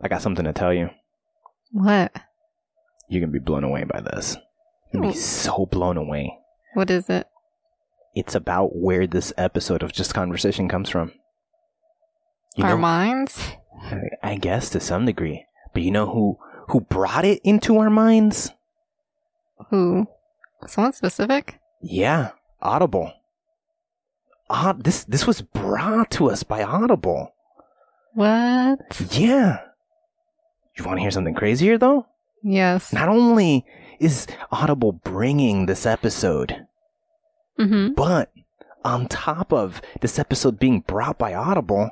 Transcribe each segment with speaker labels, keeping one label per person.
Speaker 1: I got something to tell you.
Speaker 2: What?
Speaker 1: You're gonna be blown away by this. You're gonna be
Speaker 2: Hmm.
Speaker 1: so blown away.
Speaker 2: What is it?
Speaker 1: It's about where this episode of Just Conversation comes from. You
Speaker 2: Our
Speaker 1: know-
Speaker 2: minds?
Speaker 1: I- I guess to some degree. But you know who who brought it into our minds?
Speaker 2: Who? Someone specific?
Speaker 1: Yeah, Audible. Ah, this this was brought to us by Audible.
Speaker 2: What?
Speaker 1: Yeah. You want to hear something crazier though?
Speaker 2: Yes.
Speaker 1: Not only is Audible bringing this episode,
Speaker 2: Mm-hmm.
Speaker 1: but on top of this episode being brought by Audible,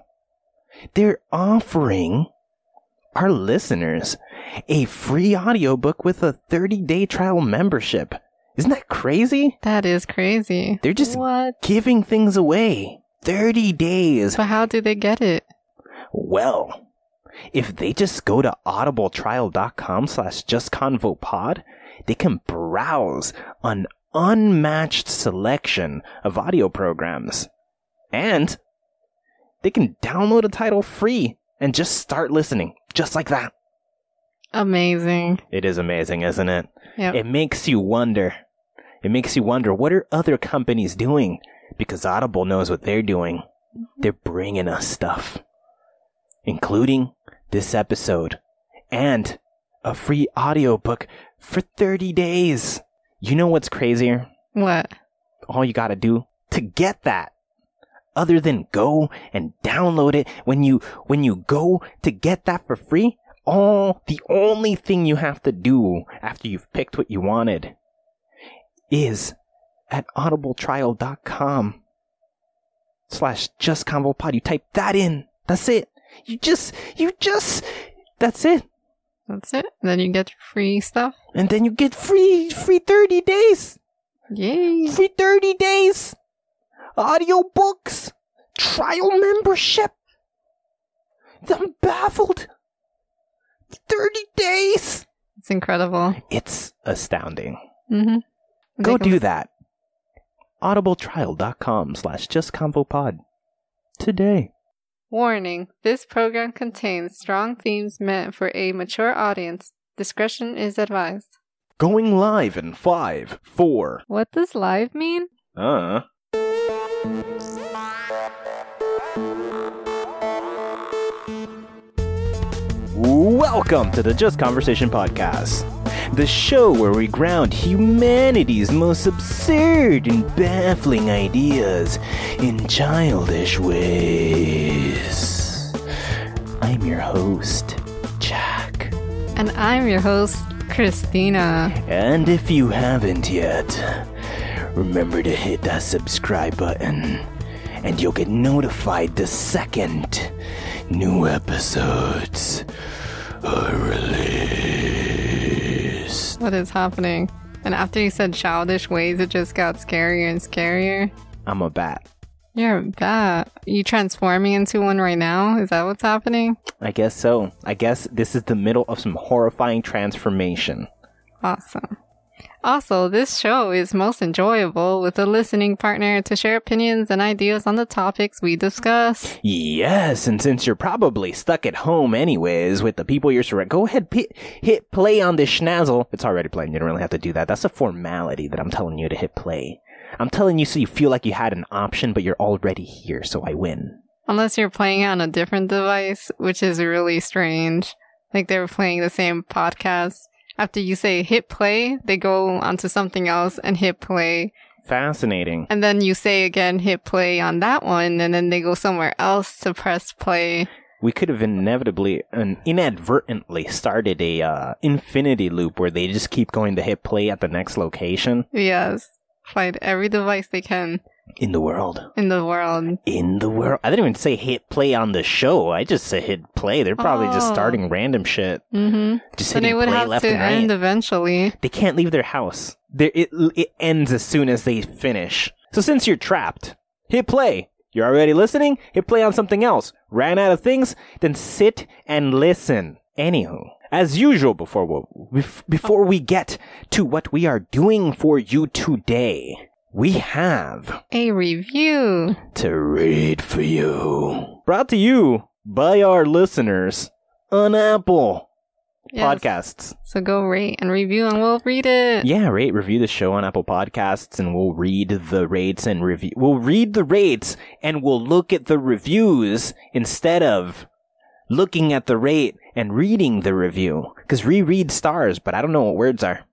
Speaker 1: they're offering our listeners a free audiobook with a 30-day trial membership. Isn't that crazy?
Speaker 2: That is crazy.
Speaker 1: They're just
Speaker 2: What?
Speaker 1: giving things away. 30 days.
Speaker 2: But how do they get it?
Speaker 1: Well, if they just go to audibletrial.com slash justconvopod, they can browse an unmatched selection of audio programs. And they can download a title free and just start listening, just like that.
Speaker 2: Amazing.
Speaker 1: It is amazing, isn't it?
Speaker 2: Yep.
Speaker 1: It makes you wonder. It makes you wonder what are other companies doing? Because Audible knows what they're doing. They're bringing us stuff, including this episode and a free audiobook for 30 days. You know what's crazier?
Speaker 2: What?
Speaker 1: All you gotta do to get that other than go and download it when you when you go to get that for free all the only thing you have to do after you've picked what you wanted is at audibletrial.com slash just convo pod you type that in that's it you just you just that's it
Speaker 2: That's it? Then you get free stuff?
Speaker 1: and then you get free free 30 days
Speaker 2: Yay.
Speaker 1: free 30 days audiobooks trial membership i'm baffled 30 days
Speaker 2: It's incredible.
Speaker 1: it's astounding
Speaker 2: Mm-hmm.
Speaker 1: go do that audibletrial.com slash justconvopod today
Speaker 2: Warning This program contains strong themes meant for a mature audience. Discretion is advised.
Speaker 1: going live in five four
Speaker 2: What does live mean?
Speaker 1: uh Welcome to the Just Conversation Podcast, the show where we ground humanity's most absurd and baffling ideas in childish ways. I'm your host, Jack.
Speaker 2: And I'm your host, Christina.
Speaker 1: And if you haven't yet, remember to hit that subscribe button and you'll get notified the second new episodes are released.
Speaker 2: What is happening? And after you said childish ways, it just got scarier and scarier.
Speaker 1: I'm a bat.
Speaker 2: You're a bat. You transforming into one right now? Is that what's happening?
Speaker 1: I guess so. I guess this is the middle of some horrifying transformation.
Speaker 2: Awesome. Also, this show is most enjoyable with a listening partner to share opinions and ideas on the topics we discuss.
Speaker 1: Yes, and since you're probably stuck at home anyways with the people you're surrounded, go ahead, pi hit play on this schnazzle. It's already playing. You don't really have to do that. That's a formality that I'm telling you to hit play. I'm telling you so you feel like you had an option, but you're already here, so I win.
Speaker 2: Unless you're playing on a different device, which is really strange. Like they were playing the same podcast. After you say hit play, they go onto something else and hit play.
Speaker 1: Fascinating.
Speaker 2: And then you say again hit play on that one, and then they go somewhere else to press play.
Speaker 1: We could have inevitably and inadvertently started a uh, infinity loop where they just keep going to hit play at the next location
Speaker 2: Yes. Find every device they can
Speaker 1: in the world.
Speaker 2: in the world.
Speaker 1: in the world. I didn't even say hit play on the show. I just said hit play. They're probably just
Speaker 2: Oh.
Speaker 1: starting random shit.
Speaker 2: Mm-hmm.
Speaker 1: Just
Speaker 2: So
Speaker 1: hitting
Speaker 2: they would
Speaker 1: play
Speaker 2: have
Speaker 1: left
Speaker 2: to
Speaker 1: and right.
Speaker 2: end eventually.
Speaker 1: they can't leave their house. There, it it ends as soon as they finish. So since you're trapped, hit play. You're already listening. Hit play on something else. Ran out of things. Then sit and listen. Anywho, as usual, before we, bef- before we get to what we are doing for you today, we have
Speaker 2: A review.
Speaker 1: to read for you. Brought to you by our listeners on Apple
Speaker 2: Yes.
Speaker 1: Podcasts.
Speaker 2: So go rate and review, and we'll read it.
Speaker 1: Yeah, rate, review the show on Apple Podcasts, and we'll read the rates and review. We'll read the rates and we'll look at the reviews instead of looking at the rate and reading the review. Because reread stars, but I don't know what words are.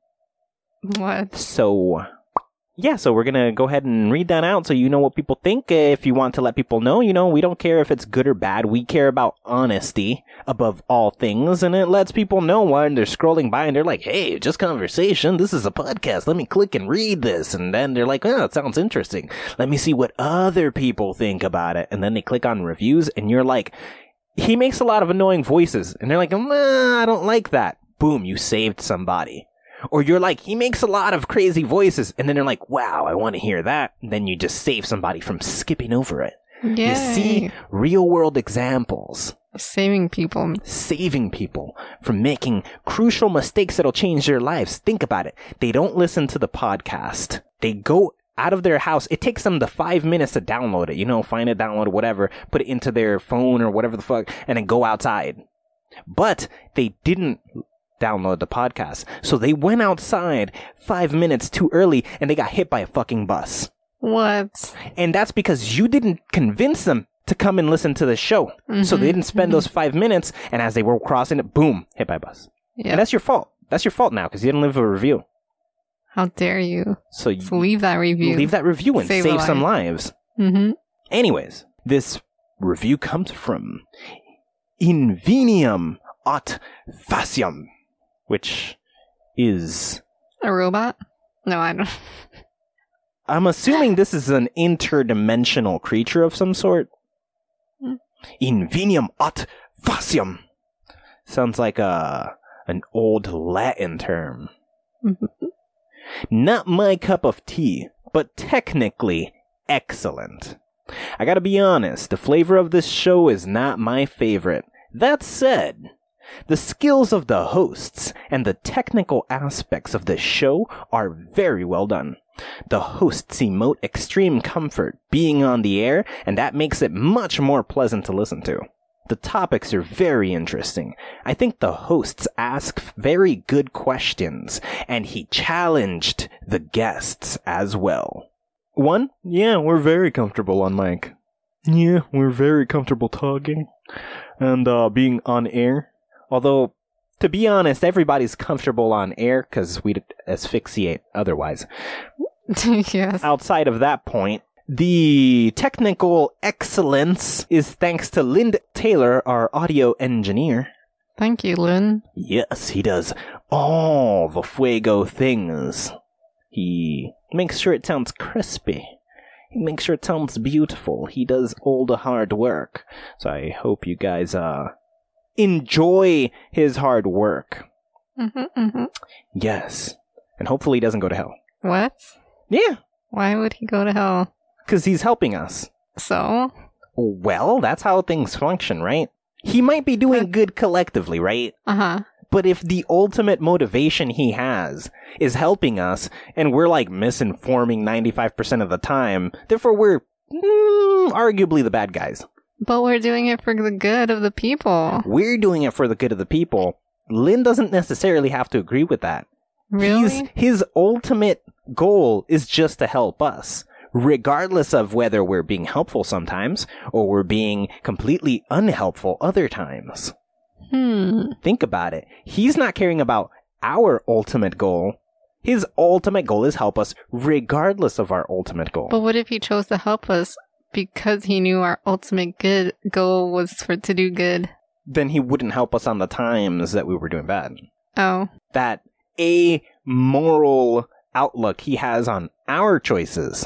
Speaker 2: What?
Speaker 1: So, yeah, so we're going to go ahead and read that out so you know what people think. Uh, If you want to let people know, you know, we don't care if it's good or bad. We care about honesty above all things. And it lets people know when they're scrolling by and they're like, hey, just conversation. This is a podcast. Let me click and read this. And then they're like, oh, it sounds interesting. Let me see what other people think about it. And then they click on reviews and you're like, he makes a lot of annoying voices. And they're like, "Mm, I don't like that. Boom, you saved somebody or you're like, he makes a lot of crazy voices, and then they're like, wow, I want to hear that. And then you just save somebody from skipping over it. You see
Speaker 2: Yeah.
Speaker 1: real world examples
Speaker 2: Saving people.
Speaker 1: saving people from making crucial mistakes that'll change their lives. Think about it. They don't listen to the podcast. They go out of their house. It takes them the five minutes to download it, you know, find it, download it, whatever, put it into their phone or whatever the fuck, and then go outside. But they didn't download the podcast. So they went outside five minutes too early and they got hit by a fucking bus.
Speaker 2: What?
Speaker 1: And that's because you didn't convince them to come and listen to the show. So they didn't spend those five minutes. And as they were crossing it, boom, hit by a bus.
Speaker 2: Yeah.
Speaker 1: And that's your fault. That's your fault now because you didn't leave a review.
Speaker 2: How dare you?
Speaker 1: So you
Speaker 2: So leave that review.
Speaker 1: leave that review and
Speaker 2: Save
Speaker 1: save,
Speaker 2: a
Speaker 1: some lives.
Speaker 2: Mm-hmm.
Speaker 1: Anyways, this review comes from Invenium Ot Facium, which is.
Speaker 2: A robot? No, I don't.
Speaker 1: I'm assuming this is an interdimensional creature of some sort.
Speaker 2: Hmm.
Speaker 1: Invenium ot facium. Sounds like a an old Latin term.
Speaker 2: Mhm.
Speaker 1: Not my cup of tea, but technically excellent. I gotta be honest, the flavor of this show is not my favorite. That said, the skills of the hosts and the technical aspects of the show are very well done. The hosts emote extreme comfort being on the air, and that makes it much more pleasant to listen to. The topics are very interesting. I think the hosts ask very good questions, and he challenged the guests as well. One, yeah, we're very comfortable on mic. Yeah, we're very comfortable talking and uh, being on air. Although, to be honest, everybody's comfortable on air because we'd asphyxiate otherwise
Speaker 2: yes.
Speaker 1: outside of that point, the technical excellence is thanks to Lind Taylor, our audio engineer.
Speaker 2: Thank you, Lynn.
Speaker 1: Yes, he does all the fuego things. He makes sure it sounds crispy. He makes sure it sounds beautiful. He does all the hard work. So I hope you guys uh enjoy his hard work.
Speaker 2: hmm hmm
Speaker 1: Yes. And hopefully he doesn't go to hell.
Speaker 2: What?
Speaker 1: Yeah,
Speaker 2: Why would he go to hell?
Speaker 1: cuz he's helping us.
Speaker 2: So?
Speaker 1: Well, that's how things function, right? He might be doing good collectively, right?
Speaker 2: Uh huh.
Speaker 1: But if the ultimate motivation he has is helping us, and we're like misinforming 95% of the time, therefore we're mm, arguably the bad guys.
Speaker 2: But we're doing it for the good of the people.
Speaker 1: We're doing it for the good of the people. Lynn doesn't necessarily have to agree with that.
Speaker 2: Really?
Speaker 1: He's, his ultimate goal is just to help us, regardless of whether we're being helpful sometimes or we're being completely unhelpful other times.
Speaker 2: hmm.
Speaker 1: think about it. He's not caring about our ultimate goal. His ultimate goal is help us regardless of our ultimate goal.
Speaker 2: But what if he chose to help us because he knew our ultimate good goal was for to do good?
Speaker 1: then he wouldn't help us on the times that we were doing bad.
Speaker 2: Oh,
Speaker 1: That amoral outlook he has on our choices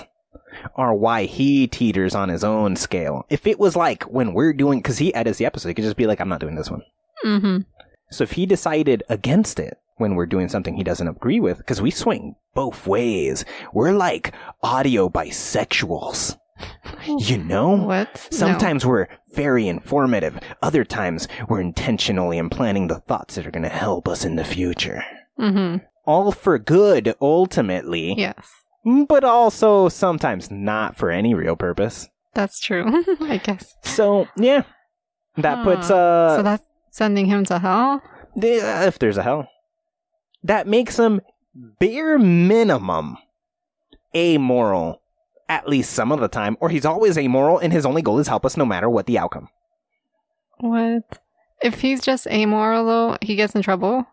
Speaker 1: are why he teeters on his own scale. If it was like when we're doing, because he edits the episode, he could just be like, I'm not doing this one.
Speaker 2: mm-hmm.
Speaker 1: So if he decided against it when we're doing something he doesn't agree with, because we swing both ways, we're like audio bisexuals. You know?
Speaker 2: What? No.
Speaker 1: Oh, Sometimes we're very informative, other times we're intentionally implanting the thoughts that are going to help us in the future.
Speaker 2: Mm-hmm.
Speaker 1: All for good, ultimately,
Speaker 2: Yes,
Speaker 1: but also sometimes not for any real purpose.
Speaker 2: that's true. I guess.
Speaker 1: So, yeah. That
Speaker 2: Huh.
Speaker 1: puts uh
Speaker 2: so that's Sending him to hell?
Speaker 1: Yeah, uh, if there's a hell. That makes him bare minimum amoral, at least some of the time, or he's always amoral and his only goal is help us no matter what the outcome.
Speaker 2: What? If he's just amoral, though, he gets in trouble.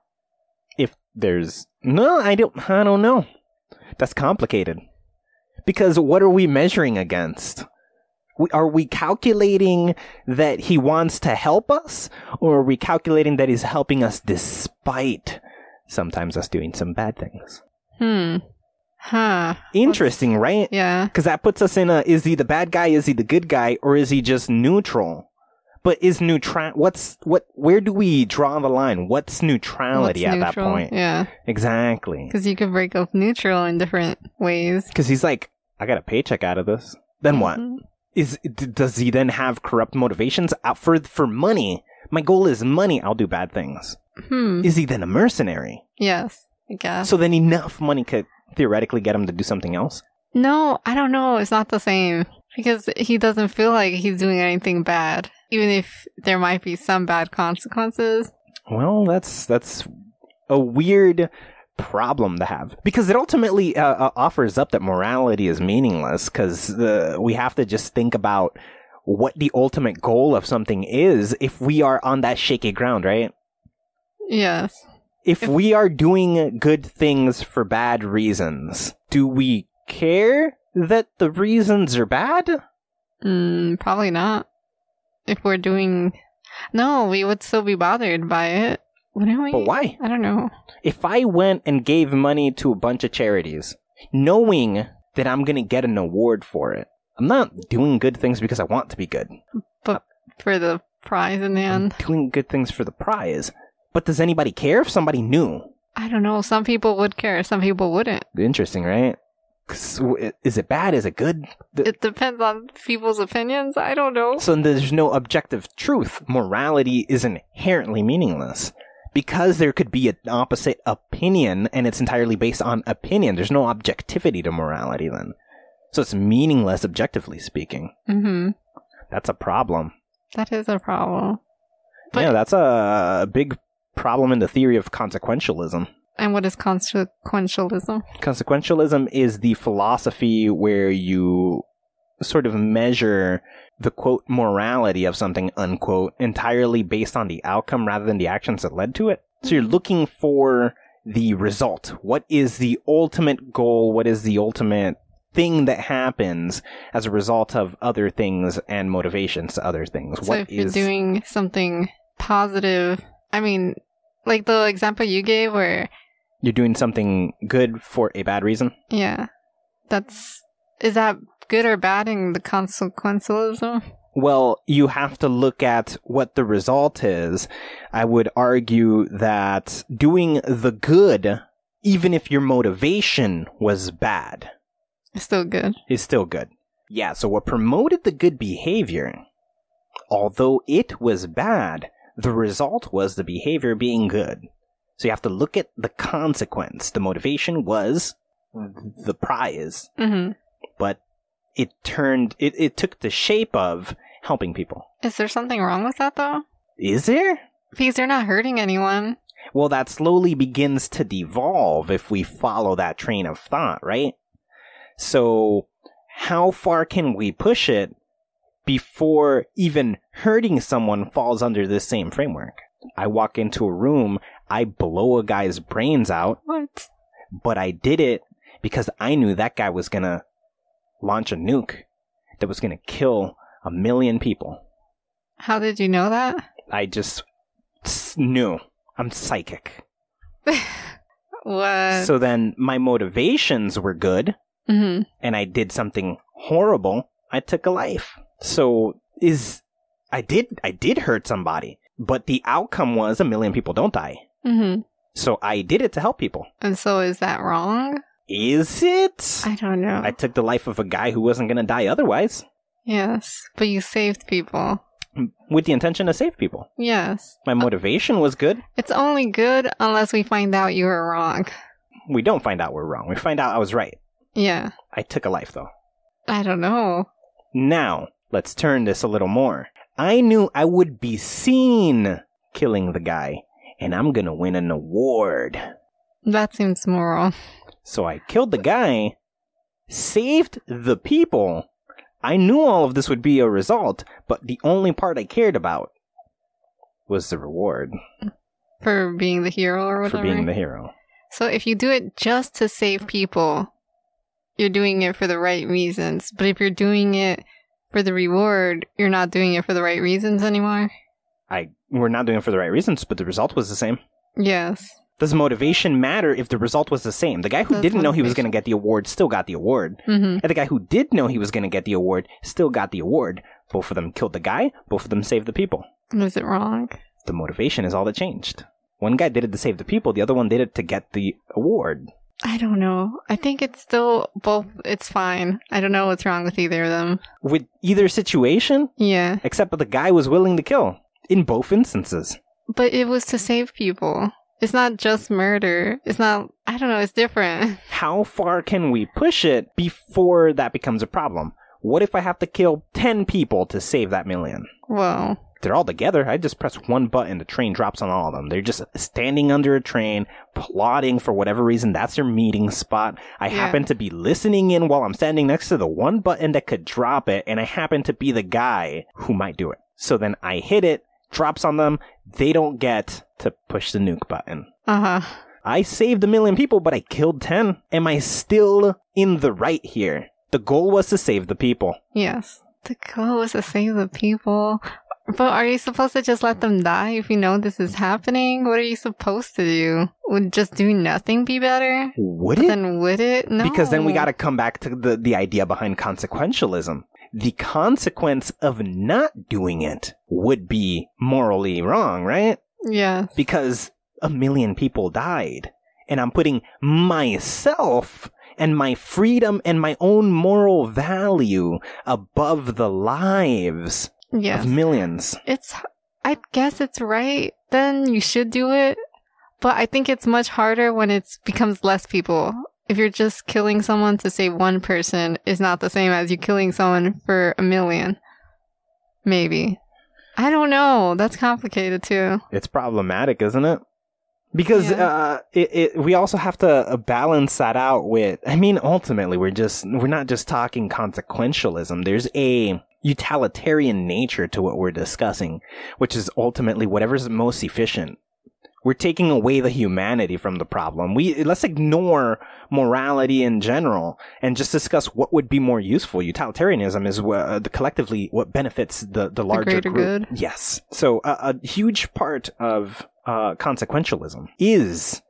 Speaker 1: If there's no, I don't, I don't know. That's complicated because what are we measuring against? We- Are we calculating that he wants to help us, or are we calculating that he's helping us despite sometimes us doing some bad things?
Speaker 2: Hmm. Huh.
Speaker 1: Interesting, right?
Speaker 2: Yeah.
Speaker 1: Because that puts us in a is he the bad guy, is he the good guy, or is he just neutral? But is neutral what's what where do we draw the line? What's neutrality
Speaker 2: What's
Speaker 1: at
Speaker 2: neutral?
Speaker 1: that point?
Speaker 2: Yeah.
Speaker 1: Exactly.
Speaker 2: Because you could break up neutral in different ways.
Speaker 1: Because he's like, I got a paycheck out of this. Then what?
Speaker 2: Mhm.
Speaker 1: Is d- does he then have corrupt motivations out for for money? My goal is money. I'll do bad things.
Speaker 2: Hmm.
Speaker 1: Is he then a mercenary?
Speaker 2: Yes. I guess.
Speaker 1: So then enough money could theoretically get him to do something else.
Speaker 2: No, I don't know. It's not the same because he doesn't feel like he's doing anything bad, even if there might be some bad consequences.
Speaker 1: Well, that's that's a weird problem to have because it ultimately uh, uh, offers up that morality is meaningless because uh, we have to just think about what the ultimate goal of something is if we are on that shaky ground, right?
Speaker 2: Yes.
Speaker 1: if we are doing good things for bad reasons, do we care that the reasons are bad?
Speaker 2: Mm, probably not. If we're doing. No, we would still be bothered by it, wouldn't we?
Speaker 1: But why?
Speaker 2: I don't know.
Speaker 1: If I went and gave money to a bunch of charities, knowing that I'm going to get an award for it, I'm not doing good things because I want to be good.
Speaker 2: For the prize in the
Speaker 1: I'm
Speaker 2: end.
Speaker 1: doing good things for the prize. But does anybody care if somebody knew?
Speaker 2: I don't know. Some people would care, some people wouldn't.
Speaker 1: Interesting, right? 'Cause w- Is it bad? Is it good? The-
Speaker 2: It depends on people's opinions. I don't know.
Speaker 1: So there's no objective truth. Morality is inherently meaningless because there could be an opposite opinion and it's entirely based on opinion. There's no objectivity to morality then. So it's meaningless objectively speaking.
Speaker 2: hmm
Speaker 1: That's a problem.
Speaker 2: That is a problem. But-
Speaker 1: yeah, that's a big problem in the theory of consequentialism.
Speaker 2: And what is consequentialism?
Speaker 1: Consequentialism is the philosophy where you sort of measure the quote morality of something unquote entirely based on the outcome rather than the actions that led to it. So
Speaker 2: Mm-hmm.
Speaker 1: you're looking for the result. What is the ultimate goal? What is the ultimate thing that happens as a result of other things and motivations to other things?
Speaker 2: So
Speaker 1: What
Speaker 2: if you're
Speaker 1: is
Speaker 2: doing something positive, I mean, like the example you gave, where
Speaker 1: you're doing something good for a bad reason?
Speaker 2: yeah, that's is that good or bad in the consequentialism?
Speaker 1: Well, you have to look at what the result is. I would argue that doing the good, even if your motivation was bad,
Speaker 2: It's still good.
Speaker 1: is still good. Yeah, so what promoted the good behavior, although it was bad, the result was the behavior being good. So you have to look at the consequence. The motivation was the prize,
Speaker 2: hmm
Speaker 1: but it turned, it, it took the shape of helping people.
Speaker 2: Is there something wrong with that though?
Speaker 1: Is there?
Speaker 2: Because you're not hurting anyone.
Speaker 1: Well, that slowly begins to devolve if we follow that train of thought, right? So, how far can we push it before even hurting someone falls under this same framework? I walk into a room, I blow a guy's brains out,
Speaker 2: What?
Speaker 1: but I did it because I knew that guy was gonna launch a nuke that was gonna kill a million people.
Speaker 2: How did you know that?
Speaker 1: I just s- knew. I'm psychic.
Speaker 2: What?
Speaker 1: So then my motivations were good
Speaker 2: hmm
Speaker 1: and I did something horrible. I took a life. So is I did I did hurt somebody, but the outcome was a million people don't die.
Speaker 2: hmm
Speaker 1: So I did it to help people.
Speaker 2: And so is that wrong?
Speaker 1: Is it?
Speaker 2: I don't know.
Speaker 1: I took the life of a guy who wasn't going to die otherwise
Speaker 2: yes, but you saved people.
Speaker 1: with the intention to save people.
Speaker 2: Yes.
Speaker 1: My motivation was good.
Speaker 2: It's only good unless we find out you were wrong.
Speaker 1: We don't find out we're wrong. We find out I was right.
Speaker 2: Yeah.
Speaker 1: I took a life though.
Speaker 2: I don't know.
Speaker 1: Now, let's turn this a little more. I knew I would be seen killing the guy, and I'm gonna win an award.
Speaker 2: That seems moral.
Speaker 1: So I killed the guy, saved the people. I knew all of this would be a result, but the only part I cared about was the reward
Speaker 2: For being the hero or
Speaker 1: for
Speaker 2: whatever.
Speaker 1: being the hero.
Speaker 2: so if you do it just to save people, you're doing it for the right reasons. But if you're doing it for the reward, you're not doing it for the right reasons anymore.
Speaker 1: I we're not doing it for the right reasons, but the result was the same.
Speaker 2: Yes.
Speaker 1: Does motivation matter if the result was the same? The guy who
Speaker 2: Does
Speaker 1: didn't know he was
Speaker 2: motivation-
Speaker 1: going to get the award still got the award.
Speaker 2: Mm-hmm.
Speaker 1: And the guy who did know he was going to get the award still got the award. Both of them killed the guy, both of them saved the people.
Speaker 2: Was it wrong?
Speaker 1: The motivation is all that changed. One guy did it to save the people, the other one did it to get the award.
Speaker 2: I don't know. I think it's still both. It's fine. I don't know what's wrong with either of them.
Speaker 1: With either situation,
Speaker 2: Yeah.
Speaker 1: except that the guy was willing to kill in both instances.
Speaker 2: But it was to save people. It's not just murder. It's not, I don't know, it's different.
Speaker 1: How far can we push it before that becomes a problem? What if I have to kill 10 people to save that million?
Speaker 2: Whoa.
Speaker 1: They're all together. I just press one button, the train drops on all of them. They're just standing under a train, plotting for whatever reason. That's their meeting spot. I
Speaker 2: Yeah.
Speaker 1: happen to be listening in while I'm standing next to the one button that could drop it, and I happen to be the guy who might do it. So then I hit it, drops on them. They don't get to push the nuke button.
Speaker 2: Uh huh.
Speaker 1: I saved a million people, but I killed 10. Am I still in the right here? The goal was to save the people.
Speaker 2: Yes. The goal was to save the people. But are you supposed to just let them die if you know this is happening? What are you supposed to do? Would just do nothing be better?
Speaker 1: Would
Speaker 2: But
Speaker 1: it?
Speaker 2: then would it? No.
Speaker 1: Because then we got to come back to the, the idea behind consequentialism. The consequence of not doing it would be morally wrong, right?
Speaker 2: Yes.
Speaker 1: Because a million people died. And I'm putting myself and my freedom and my own moral value above the lives
Speaker 2: Yes.
Speaker 1: of millions.
Speaker 2: it's i guess it's right then you should do it but i think it's much harder when it becomes less people if you're just killing someone to save one person is not the same as you killing someone for a million maybe i don't know that's complicated too
Speaker 1: It's problematic, isn't it? Because
Speaker 2: Yeah.
Speaker 1: uh, it, it, we also have to uh, balance that out with. I mean, ultimately, we're just we're not just talking consequentialism. There's a utilitarian nature to what we're discussing, which is ultimately whatever's most efficient. We're taking away the humanity from the problem. We let's ignore morality in general and just discuss what would be more useful. Utilitarianism is uh, the collectively what benefits the the larger
Speaker 2: greater
Speaker 1: group.
Speaker 2: good.
Speaker 1: Yes. So a, a huge part of uh, consequentialism is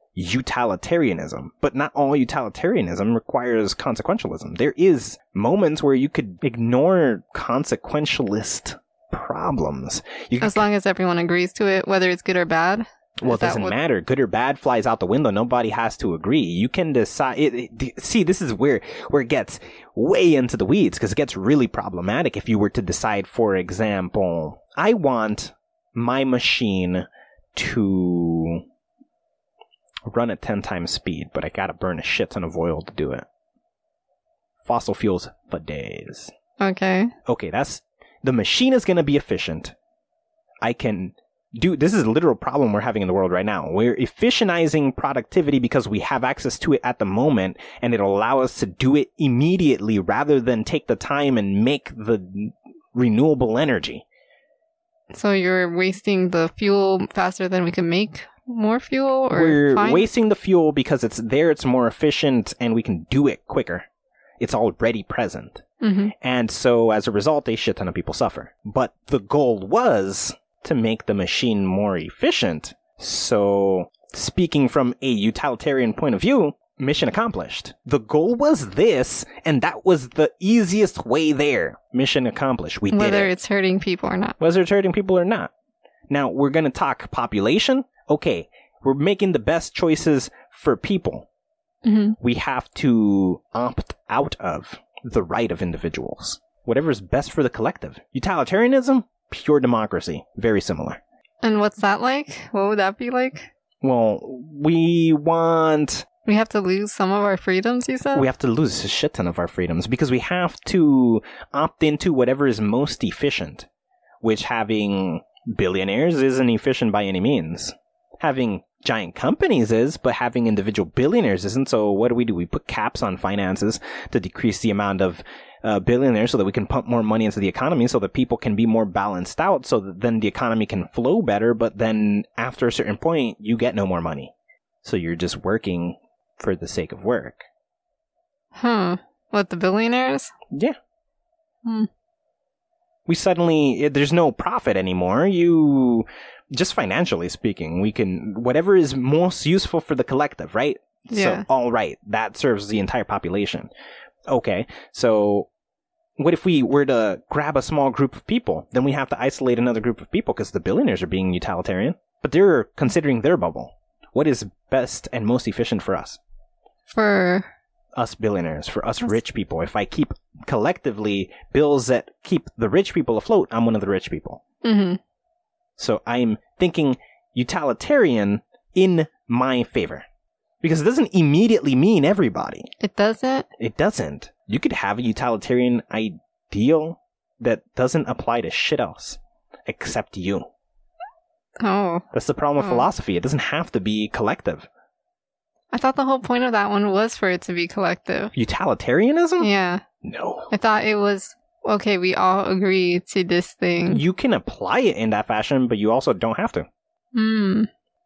Speaker 1: utilitarianism, but not all utilitarianism requires consequentialism. There is moments where you could ignore consequentialist problems. You could,
Speaker 2: as long as everyone agrees to it whether it's good or bad
Speaker 1: well,
Speaker 2: is
Speaker 1: it
Speaker 2: that
Speaker 1: doesn't
Speaker 2: what-
Speaker 1: matter. Good or bad flies out the window. Nobody has to agree. You can decide. It, it- see, this is where where it gets way into the weeds because it gets really problematic. If you were to decide, for example, I want my machine to run at ten times speed, but I gotta burn a shit ton of oil to do it. Fossil fuels for days
Speaker 2: okay
Speaker 1: okay, that's the machine is going to be efficient. I can do this is a literal problem we're having in the world right now. We're efficientizing productivity because we have access to it at the moment and it'll allow us to do it immediately rather than take the time and make the renewable energy.
Speaker 2: so you're wasting the fuel faster than we can make more fuel or
Speaker 1: we're
Speaker 2: find-
Speaker 1: wasting the fuel because it's there, it's more efficient and we can do it quicker. It's already present.
Speaker 2: Mhm.
Speaker 1: And so as a result, a shit ton of people suffer. But the goal was to make the machine more efficient. So speaking from a utilitarian point of view, mission accomplished. The goal was this, and that was the easiest way there. Mission accomplished. We did
Speaker 2: whether
Speaker 1: it.
Speaker 2: it's hurting people or not
Speaker 1: Whether it's hurting people or not. Now we're going to talk population. Okay. We're making the best choices for people.
Speaker 2: hmm
Speaker 1: We have to opt out of the right of individuals. Whatever is best for the collective. Utilitarianism, pure democracy. Very similar.
Speaker 2: And what's that like? What would that be like?
Speaker 1: Well, we want.
Speaker 2: We have to lose some of our freedoms, you said?
Speaker 1: We have to lose a shit ton of our freedoms because we have to opt into whatever is most efficient, which having billionaires isn't efficient by any means. Having giant companies is, but having individual billionaires isn't. So what do we do? We put caps on finances to decrease the amount of uh, billionaires so that we can pump more money into the economy so that people can be more balanced out so that then the economy can flow better. But then after a certain point, you get no more money. So you're just working for the sake of work.
Speaker 2: Hmm. What, the billionaires?
Speaker 1: Yeah.
Speaker 2: Hmm.
Speaker 1: We suddenly, it- there's no profit anymore. You, just financially speaking, we can, whatever is most useful for the collective, right?
Speaker 2: Yeah.
Speaker 1: So, all right, that serves the entire population. Okay, so what if we were to grab a small group of people? Then we have to isolate another group of people because the billionaires are being utilitarian, but they're considering their bubble. What is best and most efficient for us?
Speaker 2: For.
Speaker 1: us billionaires, for us
Speaker 2: Yes.
Speaker 1: rich people. If I keep collectively bills that keep the rich people afloat, I'm one of the rich people.
Speaker 2: hmm
Speaker 1: So I'm thinking utilitarian in my favor. Because it doesn't immediately mean everybody.
Speaker 2: It doesn't?
Speaker 1: It doesn't. You could have a utilitarian ideal that doesn't apply to shit else except you.
Speaker 2: Oh.
Speaker 1: That's the problem with
Speaker 2: Oh.
Speaker 1: philosophy. It doesn't have to be collective.
Speaker 2: I thought the whole point of that one was for it to be collective.
Speaker 1: Utilitarianism?
Speaker 2: Yeah.
Speaker 1: No.
Speaker 2: I thought it was okay, we all agree to this thing.
Speaker 1: You can apply it in that fashion, but you also don't have to.
Speaker 2: Hmm.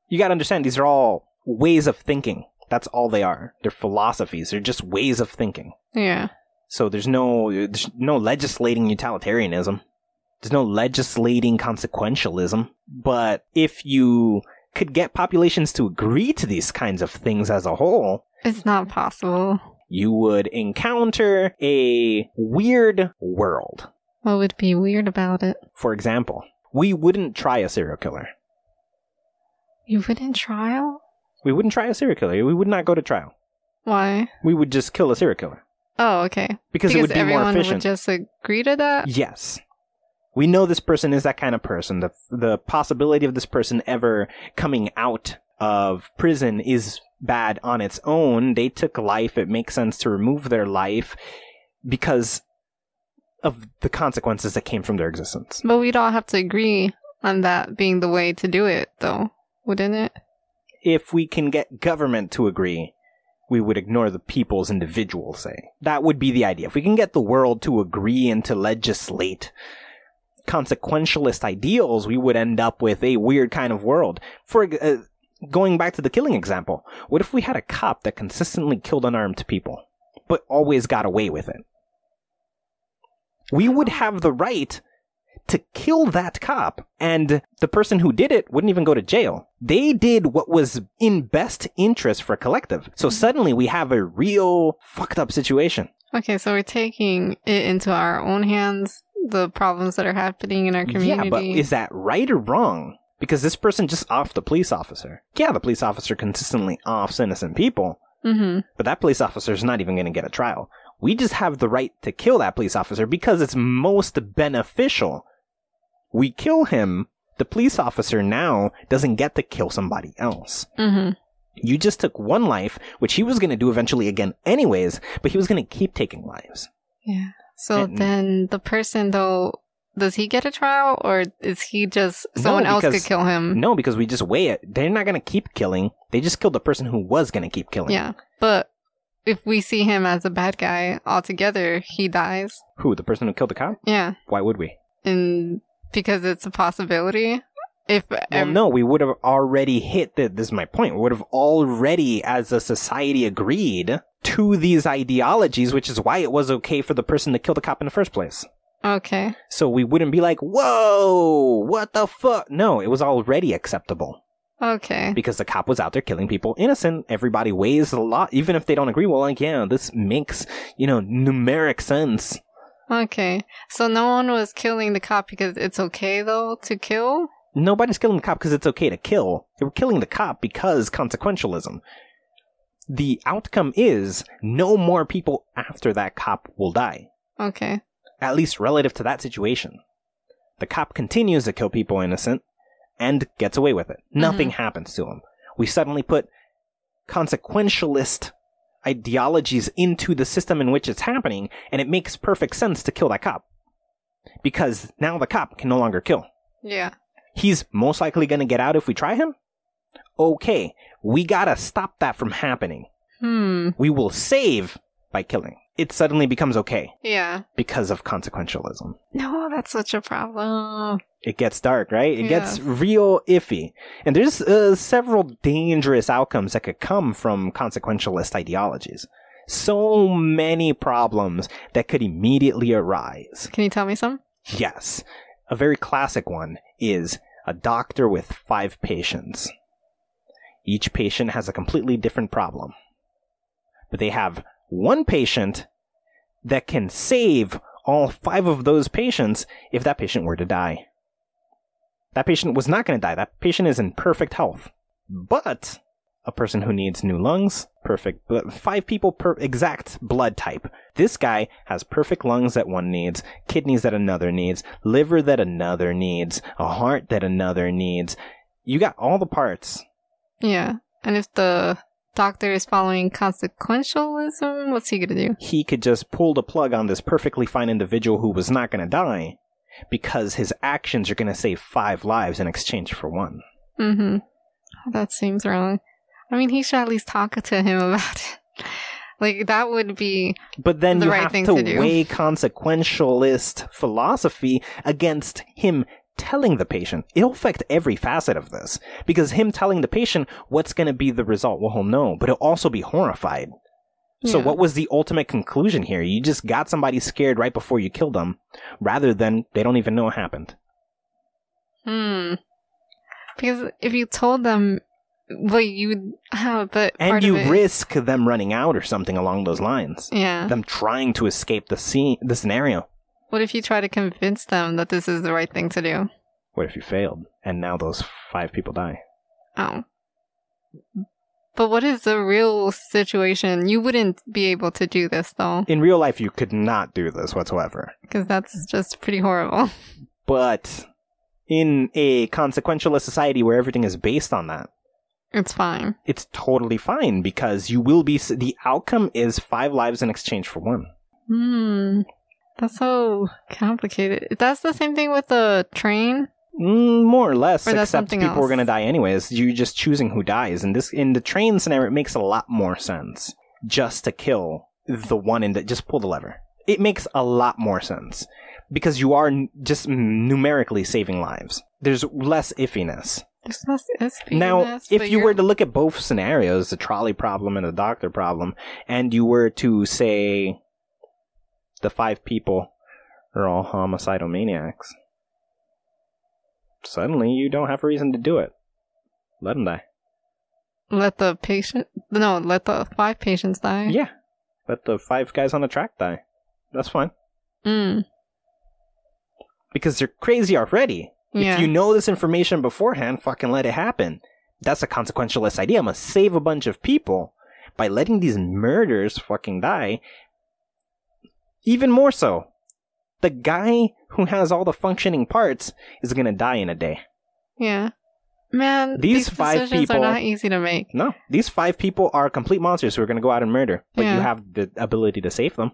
Speaker 1: you got to understand these are all ways of thinking. That's all they are. They're philosophies. They're just ways of thinking.
Speaker 2: Yeah.
Speaker 1: So there's no there's no legislating utilitarianism. There's no legislating consequentialism. But if you could get populations to agree to these kinds of things as a whole,
Speaker 2: It's not possible.
Speaker 1: you would encounter a weird world.
Speaker 2: What would be weird about it?
Speaker 1: For example, we wouldn't try a serial killer.
Speaker 2: You wouldn't trial?
Speaker 1: We wouldn't try a serial killer. We would not go to trial.
Speaker 2: Why?
Speaker 1: We would just kill a serial killer
Speaker 2: Oh, okay.
Speaker 1: because, it would be
Speaker 2: everyone
Speaker 1: more efficient.
Speaker 2: would just agree to that?
Speaker 1: Yes. We know this person is that kind of person. The the possibility of this person ever coming out of prison is bad on its own. They took life. It makes sense to remove their life because of the consequences that came from their existence.
Speaker 2: But we'd all have to agree on that being the way to do it, though, wouldn't it?
Speaker 1: If we can get government to agree, we would ignore the people's individual say. That would be the idea. If we can get the world to agree and to legislate consequentialist ideals, we would end up with a weird kind of world. For uh, going back to the killing example, what if we had a cop that consistently killed unarmed people, but always got away with it? We would have the right to kill that cop, and the person who did it wouldn't even go to jail. They did what was in best interest for collective. So
Speaker 2: Mm-hmm.
Speaker 1: suddenly we have a real fucked up situation.
Speaker 2: Okay, so we're taking it into our own hands, the problems that are happening in our community.
Speaker 1: Yeah, but is that right or wrong? Because this person just offed the police officer. Yeah, the police officer consistently offs innocent people,
Speaker 2: hmm
Speaker 1: but that police officer is not even going to get a trial. We just have the right to kill that police officer because it's most beneficial. We kill him, the police officer now doesn't get to kill somebody else.
Speaker 2: hmm
Speaker 1: You just took one life, which he was going to do eventually again, anyways, but he was going to keep taking lives.
Speaker 2: Yeah. So
Speaker 1: And-
Speaker 2: then the person though does he get a trial or is he just
Speaker 1: No,
Speaker 2: someone else could
Speaker 1: because-
Speaker 2: kill him?
Speaker 1: No, because we just weigh it. They're not going to keep killing. They just killed the person who was going to keep killing.
Speaker 2: Yeah. But if we see him as a bad guy altogether, he dies.
Speaker 1: Who? The person who killed the cop?
Speaker 2: Yeah.
Speaker 1: Why would we?
Speaker 2: And because it's a possibility. If
Speaker 1: Well,
Speaker 2: ev-
Speaker 1: no, we would have already hit the, this is my point. We would have already, as a society, agreed to these ideologies, which is why it was okay for the person to kill the cop in the first place.
Speaker 2: Okay.
Speaker 1: So we wouldn't be like, whoa, what the fuck? No, it was already acceptable.
Speaker 2: Okay.
Speaker 1: because the cop was out there killing people innocent. Everybody weighs a lot, even if they don't agree. Well, like, yeah, this makes, you know, numeric sense.
Speaker 2: Okay. So no one was killing the cop because it's okay though to kill?
Speaker 1: Nobody's killing the cop because it's okay to kill. They were killing the cop because consequentialism. The outcome is no more people after that cop will die,
Speaker 2: Okay.
Speaker 1: at least relative to that situation. The cop continues to kill people innocent and gets away with it. Nothing happens to him. We suddenly put consequentialist ideologies into the system in which it's happening, and it makes perfect sense to kill that cop. Because now the cop can no longer kill.
Speaker 2: Yeah.
Speaker 1: he's most likely going to get out if we try him? Okay, we gotta stop that from happening.
Speaker 2: Hmm.
Speaker 1: We will save by killing. It suddenly becomes okay
Speaker 2: Yeah.
Speaker 1: because of consequentialism.
Speaker 2: No, that's such a problem.
Speaker 1: It gets dark, right? It gets
Speaker 2: Yes.
Speaker 1: real iffy. And there's uh, several dangerous outcomes that could come from consequentialist ideologies. So many problems that could immediately arise.
Speaker 2: Can you tell me some?
Speaker 1: Yes. A very classic one is a doctor with five patients. Each patient has a completely different problem. But they have one patient that can save all five of those patients if that patient were to die. That patient was not going to die. That patient is in perfect health. But a person who needs new lungs, perfect, but five people per exact blood type. This guy has perfect lungs that one needs, kidneys that another needs, liver that another needs, a heart that another needs. You got all the parts.
Speaker 2: Yeah. And if the doctor is following consequentialism, what's he gonna do?
Speaker 1: He could just pull the plug on this perfectly fine individual who was not going to die because his actions are going to save five lives in exchange for one.
Speaker 2: Mm-hmm. That seems wrong. I mean, he should at least talk to him about it. Like that would be
Speaker 1: But then
Speaker 2: The
Speaker 1: you
Speaker 2: right
Speaker 1: have
Speaker 2: thing
Speaker 1: to,
Speaker 2: to do.
Speaker 1: weigh consequentialist philosophy against him telling the patient. It'll affect every facet of this because him telling the patient what's going to be the result, well, he'll know, but he'll also be horrified. So,
Speaker 2: Yeah.
Speaker 1: what was the ultimate conclusion here? You just got somebody scared right before you killed them, rather than they don't even know what happened.
Speaker 2: Hmm. Because if you told them, well, you have, but
Speaker 1: And
Speaker 2: part
Speaker 1: you
Speaker 2: of it-
Speaker 1: risk them running out or something along those lines.
Speaker 2: Yeah.
Speaker 1: Them trying to escape the scene, the scenario.
Speaker 2: What if you try to convince them that this is the right thing to do?
Speaker 1: What if you failed? And now those five people die.
Speaker 2: Oh. But what is the real situation? You wouldn't be able to do this though,
Speaker 1: in real life you could not do this whatsoever
Speaker 2: because that's just pretty horrible.
Speaker 1: but in a consequentialist society where everything is based on that
Speaker 2: It's fine.
Speaker 1: it's totally fine because you will be the outcome is five lives in exchange for one
Speaker 2: Hmm. That's so complicated. That's the same thing with the train.
Speaker 1: Mm, more or less
Speaker 2: Or that's
Speaker 1: except
Speaker 2: something
Speaker 1: people are
Speaker 2: else.
Speaker 1: going to die anyways you're just choosing who dies and this in the train scenario it makes a lot more sense just to kill the one in that just pull the lever it makes a lot more sense because you are n- just numerically saving lives there's less iffiness
Speaker 2: There's less SP.
Speaker 1: Now, if you were to look at both scenarios, the trolley problem and the doctor problem, and you were to say the five people are all homicidal maniacs, suddenly you don't have a reason to do it. Let them die.
Speaker 2: let the patient, no, let the five patients die.
Speaker 1: Yeah. Let the five guys on the track die. That's fine.
Speaker 2: Mm.
Speaker 1: Because they're crazy already.
Speaker 2: Yeah.
Speaker 1: If you know this information beforehand, fucking let it happen. That's a consequentialist idea. I'm gonna save a bunch of people by letting these murders fucking die. Even more so, the guy who has all the functioning parts is gonna die in a day.
Speaker 2: Yeah. Man,
Speaker 1: These
Speaker 2: these,
Speaker 1: five
Speaker 2: decisions
Speaker 1: people-
Speaker 2: are not easy to make.
Speaker 1: No, these five people are complete monsters who are gonna go out and murder, but you
Speaker 2: Yeah.
Speaker 1: have the ability to save them.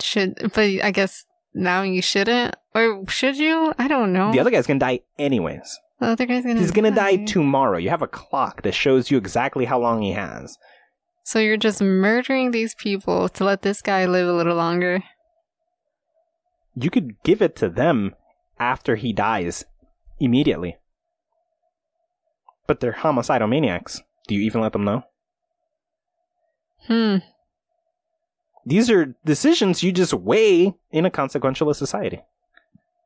Speaker 2: Should but I guess now you shouldn't or should you? I don't know.
Speaker 1: The other guy's gonna die anyways.
Speaker 2: The other guy's Oh. gonna
Speaker 1: He's gonna die tomorrow. You have a clock that shows you exactly how long he has.
Speaker 2: So you're just murdering these people to let this guy live a little longer.
Speaker 1: you could give it to them after he dies immediately. But they're homicidal maniacs. Do you even let them know?
Speaker 2: Hmm.
Speaker 1: These are decisions you just weigh in a consequentialist society.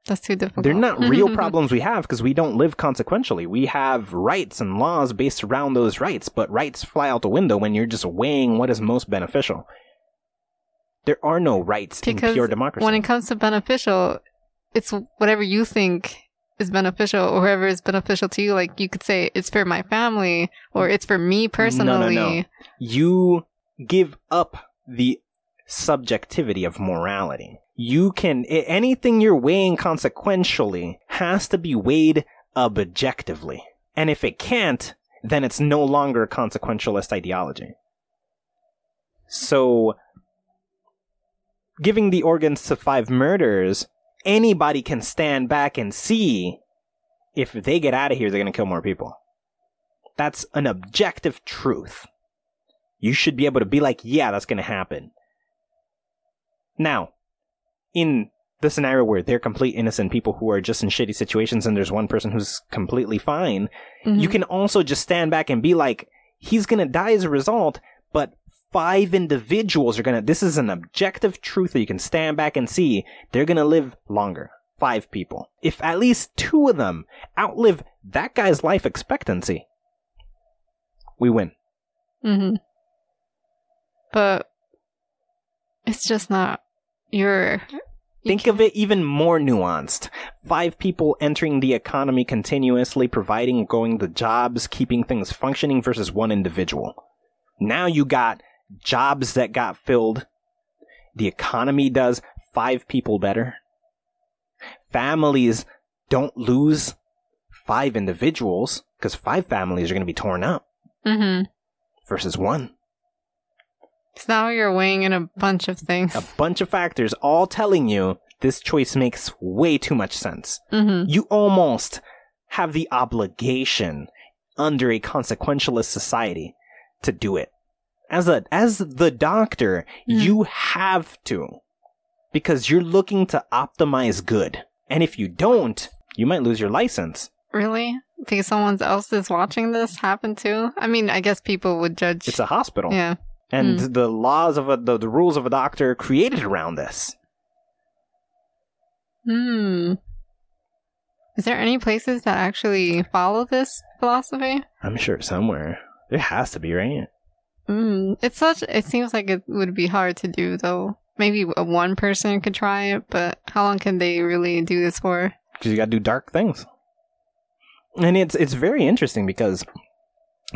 Speaker 2: That's too difficult.
Speaker 1: They're not real problems we have because we don't live consequentially. We have rights and laws based around those rights, but rights fly out the window when you're just weighing what is most beneficial. There are no rights in
Speaker 2: Because
Speaker 1: pure democracy.
Speaker 2: When it comes to beneficial, it's whatever you think is beneficial or whatever is beneficial to you. Like you could say it's for my family or it's for me personally.
Speaker 1: you give up the subjectivity of morality. You can a- anything you're weighing consequentially has to be weighed objectively. And if it can't, then it's no longer a consequentialist ideology. So giving the organs to five murderers anybody can stand back and see if they get out of here, they're going to kill more people. That's an objective truth. You should be able to be like, yeah, that's going to happen. Now, in the scenario where they're complete innocent people who are just in shitty situations and there's one person who's completely fine,
Speaker 2: Mm-hmm,
Speaker 1: you can also just stand back and be like, he's going to die as a result, but five individuals are going to, this is an objective truth that you can stand back and see, they're going to live longer. Five people. If at least two of them outlive that guy's life expectancy, we win.
Speaker 2: Mm-hmm. But it's just not your. you
Speaker 1: Think of it even more nuanced. Five people entering the economy continuously, providing, going the jobs, keeping things functioning versus one individual. Now you got jobs that got filled. The economy does five people better. Families don't lose five individuals because five families are going to be torn up
Speaker 2: Mm-hmm.
Speaker 1: versus one.
Speaker 2: So now you're weighing in a bunch of things.
Speaker 1: a bunch of factors all telling you this choice makes way too much sense.
Speaker 2: Mm-hmm.
Speaker 1: You almost have the obligation under a consequentialist society to do it. As a as the doctor,
Speaker 2: Mm.
Speaker 1: you have to because you're looking to optimize good. And if you don't, you might lose your license.
Speaker 2: Really? Because someone else is watching this happen too? I mean, I guess people would judge.
Speaker 1: It's a hospital.
Speaker 2: yeah. Mm.
Speaker 1: and the laws of a, the, the rules of a doctor created around this.
Speaker 2: Hmm. Is there any places that actually follow this philosophy?
Speaker 1: I'm sure somewhere there has to be, right?
Speaker 2: Mm, it's such. It seems like it would be hard to do, though. Maybe a one person could try it, but how long can they really do this for?
Speaker 1: because you got to do dark things. And it's it's very interesting because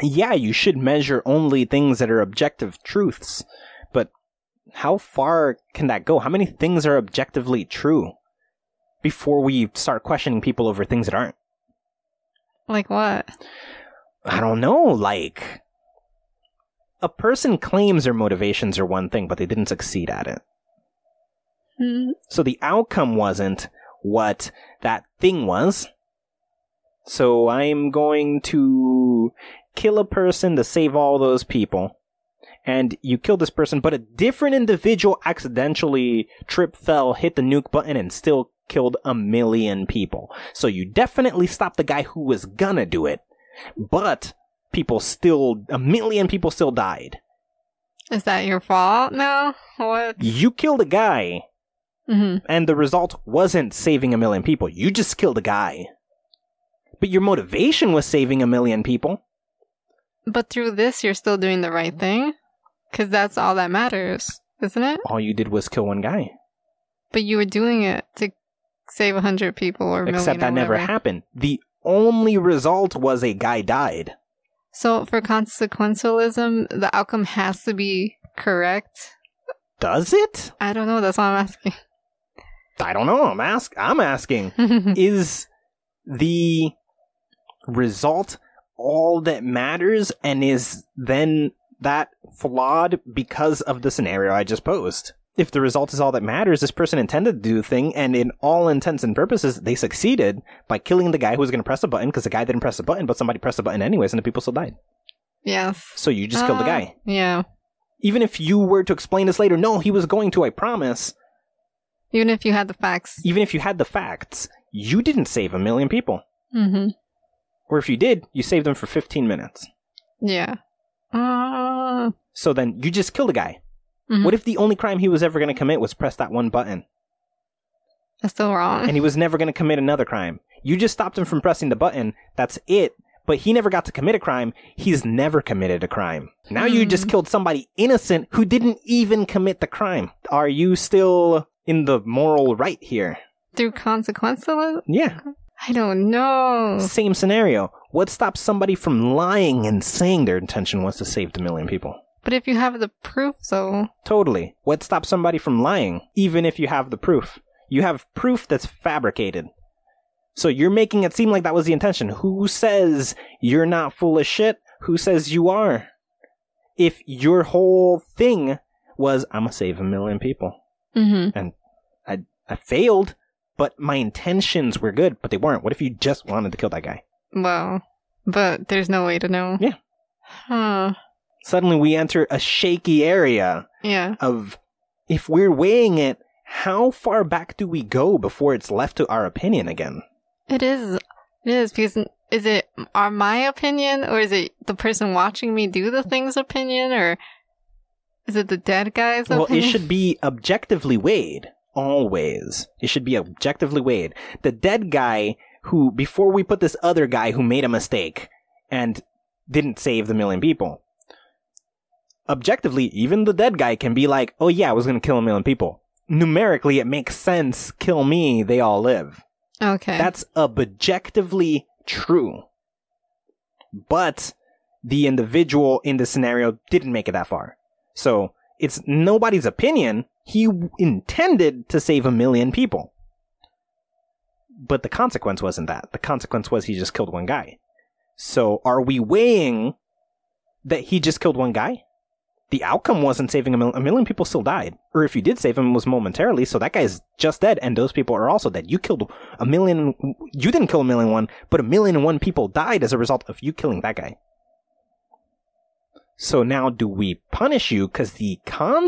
Speaker 1: yeah, you should measure only things that are objective truths, but how far can that go? How many things are objectively true before we start questioning people over things that aren't?
Speaker 2: Like what?
Speaker 1: I don't know, like a person claims their motivations are one thing, but they didn't succeed at it.
Speaker 2: Hmm.
Speaker 1: So the outcome wasn't what that thing was. So I'm going to kill a person to save all those people. And you kill this person, but a different individual accidentally tripped, fell, hit the nuke button, and still killed a million people. So you definitely stopped the guy who was gonna do it, but people still, a million people still died.
Speaker 2: Is that your fault now? What?
Speaker 1: You killed a guy
Speaker 2: hmm
Speaker 1: and the result wasn't saving a million people. You just killed a guy. But your motivation was saving a million people.
Speaker 2: But through this, you're still doing the right thing, because that's all that matters, isn't it?
Speaker 1: All you did was kill one guy.
Speaker 2: But you were doing it to save a hundred people or a million
Speaker 1: Except
Speaker 2: or
Speaker 1: that never
Speaker 2: whatever.
Speaker 1: happened. The only result was a guy died.
Speaker 2: So for consequentialism, the outcome has to be correct.
Speaker 1: Does it?
Speaker 2: I don't know. That's why I'm
Speaker 1: I don't know. I'm ask I'm asking.
Speaker 2: asking.
Speaker 1: Is the result all that matters and is then that flawed because of the scenario I just posed? If the result is all that matters, this person intended to do the thing, and in all intents and purposes, they succeeded by killing the guy who was going to press the button because the guy didn't press the button, but somebody pressed the button anyways, and the people still died.
Speaker 2: yes.
Speaker 1: So you just killed the
Speaker 2: Uh,
Speaker 1: guy.
Speaker 2: Yeah.
Speaker 1: Even if you were to explain this later, no, he was going to, I promise.
Speaker 2: Even if you had the facts.
Speaker 1: Even if you had the facts, you didn't save a million people.
Speaker 2: Mm-hmm.
Speaker 1: Or if you did, you saved them for 15 minutes.
Speaker 2: Yeah. Uh,
Speaker 1: So then you just killed a guy.
Speaker 2: Mhm.
Speaker 1: What if the only crime he was ever going to commit was press that one button
Speaker 2: that's still wrong.
Speaker 1: and he was never going to commit another crime? You just stopped him from pressing the button. That's it. But he never got to commit a crime. He's never committed a crime. Now you just killed somebody innocent who didn't even commit the crime. Are you still in the moral right here?
Speaker 2: Through consequentialism?
Speaker 1: Yeah.
Speaker 2: I don't know.
Speaker 1: Same scenario. What stops somebody from lying and saying their intention was to save the million people?
Speaker 2: But if you have the proof, though,
Speaker 1: Totally. What stops somebody from lying, even if you have the proof? You have proof that's fabricated. So you're making it seem like that was the intention. Who says you're not full of shit? Who says you are? If your whole thing was, I'm gonna save a million people.
Speaker 2: mm-hmm.
Speaker 1: I failed, but my intentions were good, but they weren't. What if you just wanted to kill that guy?
Speaker 2: Well, but there's no way to know.
Speaker 1: Yeah.
Speaker 2: Huh.
Speaker 1: Suddenly we enter a shaky area
Speaker 2: Yeah.
Speaker 1: of if we're weighing it, how far back do we go before it's left to our opinion again?
Speaker 2: It is. It is because is it are my opinion or is it the person watching me do the thing's opinion or is it the dead guy's
Speaker 1: Well, it
Speaker 2: opinion?
Speaker 1: should be objectively weighed. Always. It should be objectively weighed. The dead guy who, before we put this other guy who made a mistake and didn't save the million people, objectively, even the dead guy can be like, oh yeah, I was going to kill a million people. Numerically, it makes sense. Kill me, they all live.
Speaker 2: okay.
Speaker 1: That's objectively true. But the individual in the scenario didn't make it that far. So it's nobody's opinion. He w- intended to save a million people. But the consequence wasn't that. The consequence was he just killed one guy. So are we weighing that he just killed one guy? The outcome wasn't saving a million. A million people still died. Or if you did save him, it was momentarily. So that guy is just dead, and those people are also dead. You killed a million. You didn't kill a million and one, but a million and one people died as a result of you killing that guy. So now do we punish you because the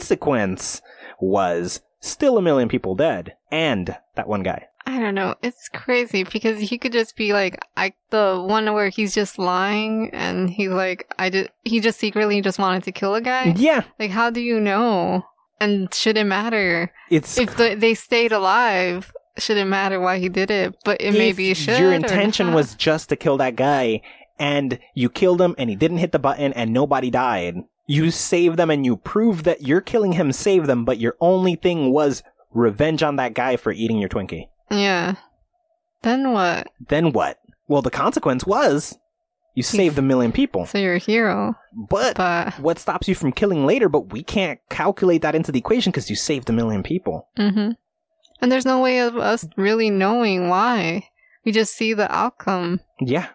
Speaker 1: consequence was still a million people dead and that one guy?
Speaker 2: I don't know. It's crazy because he could just be like, I the one where he's just lying and he like, I did. He just secretly just wanted to kill a guy.
Speaker 1: Yeah,
Speaker 2: Like, how do you know? And should it matter
Speaker 1: it's
Speaker 2: if the, they stayed alive? Should it matter why he did it? But it
Speaker 1: if
Speaker 2: maybe it should.
Speaker 1: Your
Speaker 2: or
Speaker 1: intention
Speaker 2: not.
Speaker 1: was just to kill that guy, and you killed him, and he didn't hit the button, and nobody died. You saved them, and you proved that your killing him saved them, but your only thing was revenge on that guy for eating your Twinkie.
Speaker 2: Yeah. Then what?
Speaker 1: Then what? Well, the consequence was you saved a million people.
Speaker 2: So you're a hero,
Speaker 1: But
Speaker 2: but
Speaker 1: what stops you from killing later? But we can't calculate that into the equation because you saved a million people.
Speaker 2: hmm and there's no way of us really knowing why. We just see the outcome.
Speaker 1: Yeah.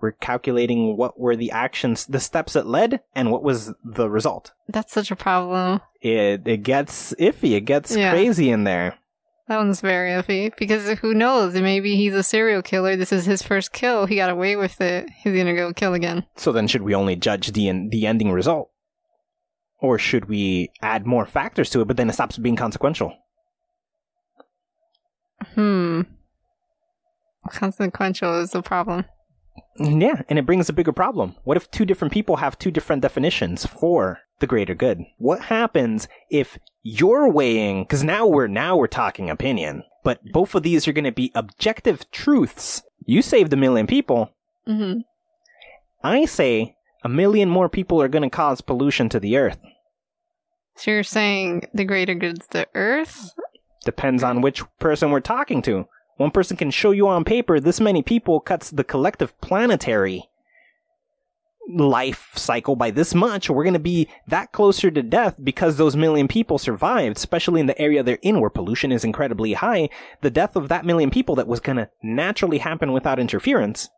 Speaker 1: We're calculating what were the actions, the steps that led, and what was the result.
Speaker 2: That's such a problem.
Speaker 1: it it gets iffy. It gets
Speaker 2: Yeah.
Speaker 1: crazy in there.
Speaker 2: That one's very iffy because who knows? Maybe he's a serial killer. This is his first kill. He got away with it. He's gonna go kill again.
Speaker 1: So then, should we only judge the en- the ending result, or should we add more factors to it? But then it stops being consequential.
Speaker 2: Hmm. Consequential is the problem.
Speaker 1: Yeah, and it brings a bigger problem. What if two different people have two different definitions for the greater good? What happens if you're weighing? Because now we're now we're talking opinion, but both of these are going to be objective truths. You saved a million people.
Speaker 2: hmm
Speaker 1: I say a million more people are going to cause pollution to the earth.
Speaker 2: So you're saying the greater good's the earth?
Speaker 1: depends on which person we're talking to. One person can show you on paper this many people cuts the collective planetary life cycle by this much. We're going to be that closer to death because those million people survived, especially in the area they're in where pollution is incredibly high. The death of that million people that was going to naturally happen without interference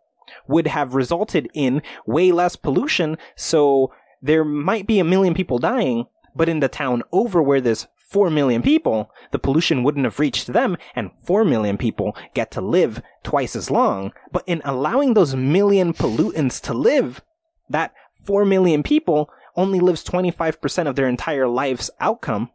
Speaker 1: would have resulted in way less pollution. So there might be a million people dying, but in the town over where there's 4 million people, the pollution wouldn't have reached them, and 4 million people get to live twice as long. But in allowing those million pollutants to live, that 4 million people only lives 25% of their entire life's outcome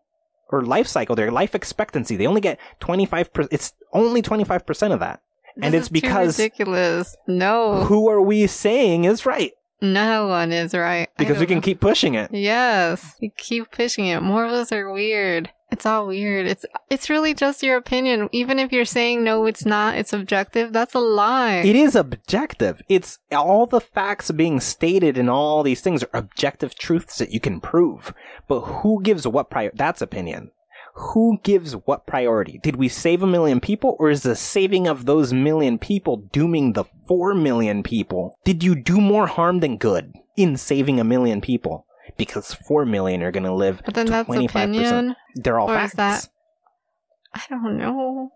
Speaker 1: or life cycle, their life expectancy. They only get 25%, it's only 25% of that. And
Speaker 2: This
Speaker 1: it's
Speaker 2: is too
Speaker 1: because-
Speaker 2: ridiculous. No,
Speaker 1: Who are we saying is right?
Speaker 2: no one is right. I
Speaker 1: Because we
Speaker 2: don't
Speaker 1: can
Speaker 2: know.
Speaker 1: keep pushing it.
Speaker 2: Yes, you keep pushing it. Morals are weird. It's all weird. It's it's really just your opinion. Even if you're saying no, it's not. It's objective. That's a lie.
Speaker 1: It is objective. It's all the facts being stated and all these things are objective truths that you can prove. But who gives what prior? That's opinion. Who gives what priority? Did we save a million people or is the saving of those million people dooming the four million people? Did you do more harm than good in saving a million people? Because four million are going to live.
Speaker 2: but then that's
Speaker 1: 25%.
Speaker 2: opinion.
Speaker 1: They're all
Speaker 2: Or is
Speaker 1: facts.
Speaker 2: that- I don't know.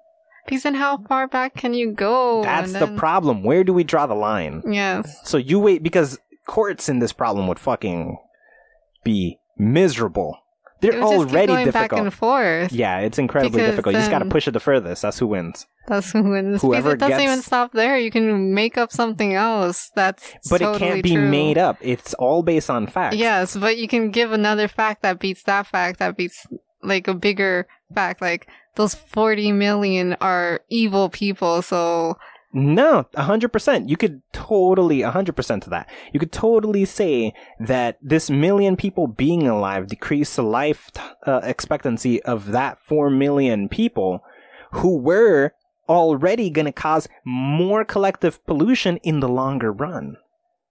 Speaker 2: Because then how far back can you go?
Speaker 1: That's
Speaker 2: And
Speaker 1: the
Speaker 2: then-
Speaker 1: problem. Where do we draw the line?
Speaker 2: Yes.
Speaker 1: So you wait because courts in this problem would fucking be miserable
Speaker 2: It
Speaker 1: They're
Speaker 2: would just keep
Speaker 1: already
Speaker 2: going
Speaker 1: difficult.
Speaker 2: back and forth.
Speaker 1: yeah, it's incredibly
Speaker 2: Because
Speaker 1: difficult. You just got to
Speaker 2: then-
Speaker 1: push it the furthest. That's who wins.
Speaker 2: That's who wins.
Speaker 1: Whoever
Speaker 2: because it doesn't
Speaker 1: gets-
Speaker 2: even stop there. You can make up something else. That's
Speaker 1: But
Speaker 2: totally
Speaker 1: it can't be
Speaker 2: true.
Speaker 1: made up. It's all based on facts.
Speaker 2: Yes, but you can give another fact that beats that fact that beats like a bigger fact. Like those forty million are evil people. So
Speaker 1: No, 100%. You could totally, 100% to that. You could totally say that this million people being alive decreased the life uh, expectancy of that 4 million people who were already going to cause more collective pollution in the longer run.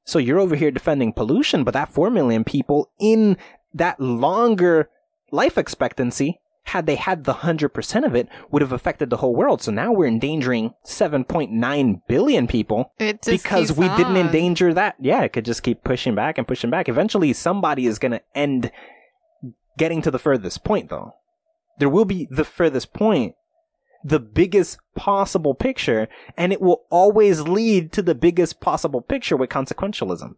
Speaker 1: So you're over here defending pollution, but that 4 million people in that longer life expectancy had they had the 100% of it would have affected the whole world so now we're endangering 7.9 billion people
Speaker 2: it just
Speaker 1: because
Speaker 2: keeps
Speaker 1: we didn't
Speaker 2: on.
Speaker 1: endanger that yeah it could just keep pushing back and pushing back eventually somebody is going to end getting to the furthest point though there will be the furthest point the biggest possible picture and it will always lead to the biggest possible picture with consequentialism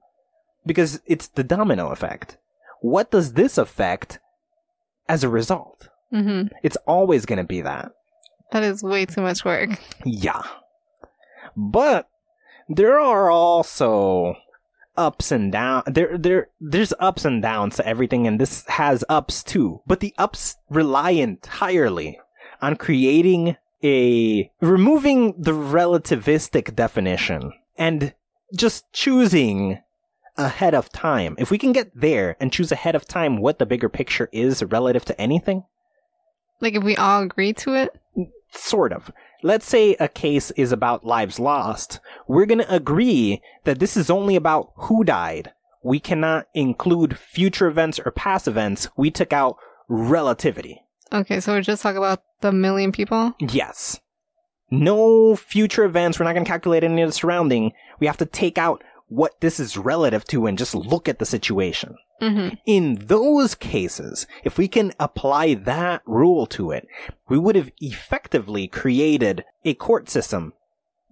Speaker 1: because it's the domino effect what does this affect as a result
Speaker 2: Mhm.
Speaker 1: it's always going to be that.
Speaker 2: That is way too much work.
Speaker 1: Yeah. But there are also ups and downs. There, there, there's ups and downs to everything, and this has ups too. But the ups rely entirely on creating a removing the relativistic definition and just choosing ahead of time. If we can get there and choose ahead of time what the bigger picture is relative to anything,
Speaker 2: Like if we all agree to it,
Speaker 1: sort of. Let's say a case is about lives lost. We're going to agree that this is only about who died. We cannot include future events or past events. We took out relativity.
Speaker 2: okay. So we're just talking about the million people.
Speaker 1: Yes. No future events. We're not going to calculate any of the surrounding. We have to take out what this is relative to and just look at the situation.
Speaker 2: hmm
Speaker 1: In those cases, if we can apply that rule to it, we would have effectively created a court system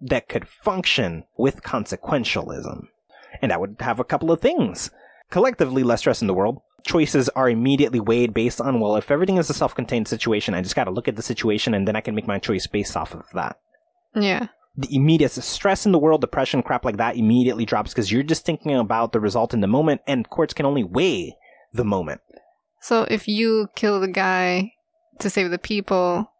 Speaker 1: that could function with consequentialism. And that would have a couple of things. Collectively, less stress in the world. Choices are immediately weighed based on, well, if everything is a self contained situation, I just gotta look at the situation and then I can make my choice based off of that
Speaker 2: Yeah.
Speaker 1: the immediate stress in the world, depression, crap like that immediately drops because you're just thinking about the result in the moment, and courts can only weigh the moment.
Speaker 2: So if you kill the guy to save the people,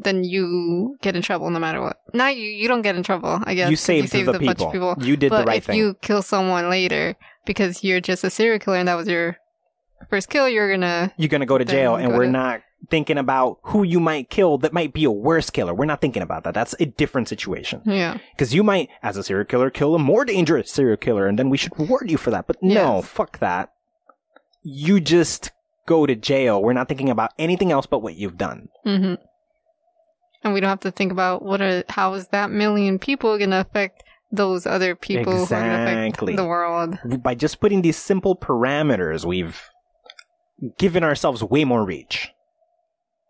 Speaker 2: then you get in trouble no matter what. Not you. You don't get in trouble. I guess
Speaker 1: you
Speaker 2: 'cause
Speaker 1: saved, the
Speaker 2: a
Speaker 1: people.
Speaker 2: bunch of people.
Speaker 1: You did
Speaker 2: but
Speaker 1: the right
Speaker 2: if
Speaker 1: thing.
Speaker 2: you kill someone later because you're just a serial killer and that was your first kill, you're gonna
Speaker 1: You're gonna go to
Speaker 2: Then
Speaker 1: jail,
Speaker 2: you
Speaker 1: and
Speaker 2: go
Speaker 1: we're
Speaker 2: to-
Speaker 1: not thinking about who you might kill. That might be a worse killer. We're not thinking about that. That's a different situation
Speaker 2: yeah.
Speaker 1: because you might, as a serial killer, kill a more dangerous serial killer, and then we should reward you for that. But no,
Speaker 2: Yes.
Speaker 1: fuck that. You just go to jail. We're not thinking about anything else but what you've done.
Speaker 2: hmm And we don't have to think about what are how is that million people gonna affect those other people who are gonna
Speaker 1: Exactly.
Speaker 2: affect the world.
Speaker 1: by just putting these simple parameters, we've given ourselves way more reach.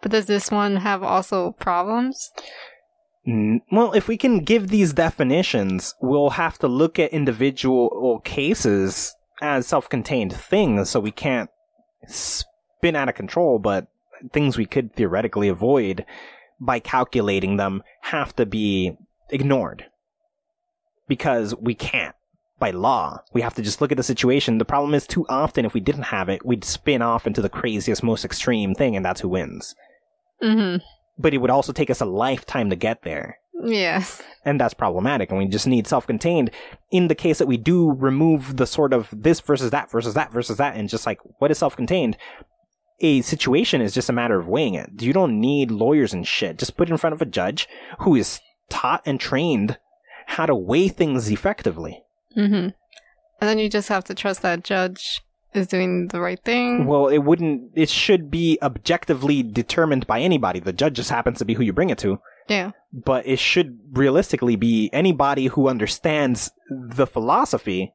Speaker 2: But does this one have also problems?
Speaker 1: N- Mm, Well, if we can give these definitions, we'll have to look at individual cases as self contained things, so we can't spin out of control, but things we could theoretically avoid by calculating them have to be ignored. Because we can't. By law, we have to just look at the situation. The problem is, too often, if we didn't have it, we'd spin off into the craziest, most extreme thing, and that's who wins.
Speaker 2: hmm
Speaker 1: But it would also take us a lifetime to get there
Speaker 2: Yes.
Speaker 1: and that's problematic and we just need self-contained in the case that we do remove the sort of this versus that versus that versus that and just like what is self-contained a situation is just a matter of weighing it you don't need lawyers and shit just put it in front of a judge who is taught and trained how to weigh things effectively
Speaker 2: hmm And then you just have to trust that judge is doing the right thing.
Speaker 1: well it wouldn't it should be objectively determined by anybody the judge just happens to be who you bring it to
Speaker 2: yeah.
Speaker 1: but it should realistically be anybody who understands the philosophy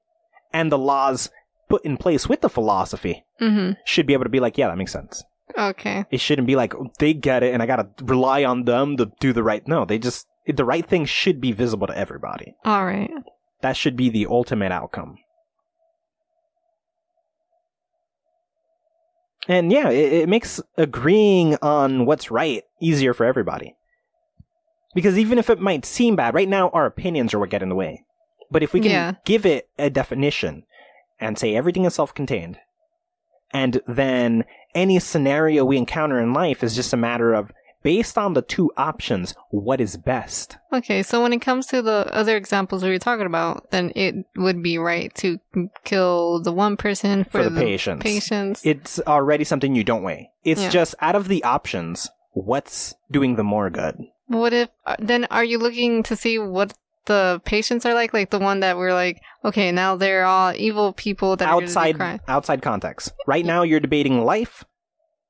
Speaker 1: and the laws put in place with the philosophy
Speaker 2: hmm
Speaker 1: should be able to be like, yeah, that makes sense.
Speaker 2: Okay.
Speaker 1: It shouldn't be like oh, they get it and I gotta rely on them to do the right. No, they just the right thing should be visible to everybody.
Speaker 2: All right.
Speaker 1: That should be the ultimate outcome. And yeah, it, it makes agreeing on what's right easier for everybody. Because even if it might seem bad, right now our opinions are what get in the way. But if we can
Speaker 2: Yeah.
Speaker 1: give it a definition and say everything is self contained, and then any scenario we encounter in life is just a matter of based on the two options, what is best?
Speaker 2: Okay, so when it comes to the other examples we were talking about, then it would be right to kill the one person for,
Speaker 1: For the patients.
Speaker 2: patients.
Speaker 1: It's already something you don't weigh. It's
Speaker 2: Yeah.
Speaker 1: just out of the options, what's doing the more good?
Speaker 2: What if uh, then are you looking to see what the patients are like? Like the one that we're like, okay, now they're all evil people that are gonna do
Speaker 1: outside
Speaker 2: crime.
Speaker 1: outside context. Right now, you're debating life,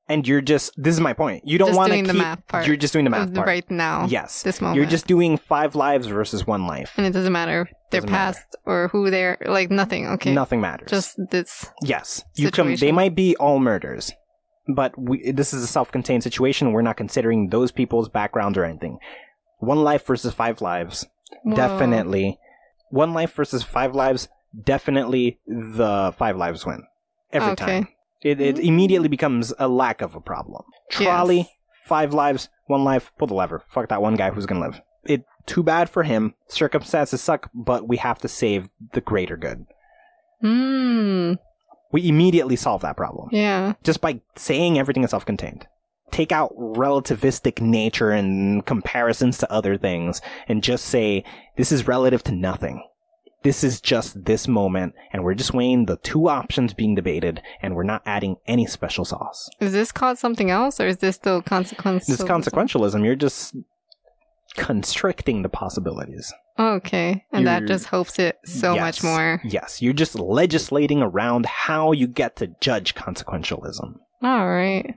Speaker 1: and you're just this is my point. You don't
Speaker 2: Just
Speaker 1: want to
Speaker 2: doing
Speaker 1: keep.
Speaker 2: the math part.
Speaker 1: You're just doing the math part.
Speaker 2: right now.
Speaker 1: Yes,
Speaker 2: This moment.
Speaker 1: you're just doing five lives versus one life.
Speaker 2: and it doesn't matter their
Speaker 1: Doesn't matter.
Speaker 2: past or who they're like nothing. Okay,
Speaker 1: Nothing matters.
Speaker 2: just this.
Speaker 1: yes, you come. They
Speaker 2: situation.
Speaker 1: might be all murders, but we, this is a self-contained situation. We're not considering those people's backgrounds or anything. One life versus five lives.
Speaker 2: Whoa.
Speaker 1: Definitely. One life versus five lives, definitely the five lives win. Every
Speaker 2: Okay.
Speaker 1: time. It, it
Speaker 2: Mm.
Speaker 1: immediately becomes a lack of a problem. Trolley,
Speaker 2: Yes.
Speaker 1: five lives, one life, pull the lever. Fuck that one guy who's gonna live. It too bad for him. Circumstances suck, but we have to save the greater good.
Speaker 2: Hmm.
Speaker 1: We immediately solve that problem.
Speaker 2: Yeah.
Speaker 1: Just by saying everything is self contained. Take out relativistic nature and comparisons to other things and just say, this is relative to nothing. This is just this moment, and we're just weighing the two options being debated, and we're not adding any special sauce.
Speaker 2: Is this called something else, or is this still consequence?
Speaker 1: This consequentialism, you're just constricting the possibilities.
Speaker 2: Okay, and that
Speaker 1: You're-
Speaker 2: just helps it so
Speaker 1: Yes.
Speaker 2: much more.
Speaker 1: Yes, you're just legislating around how you get to judge consequentialism.
Speaker 2: All right.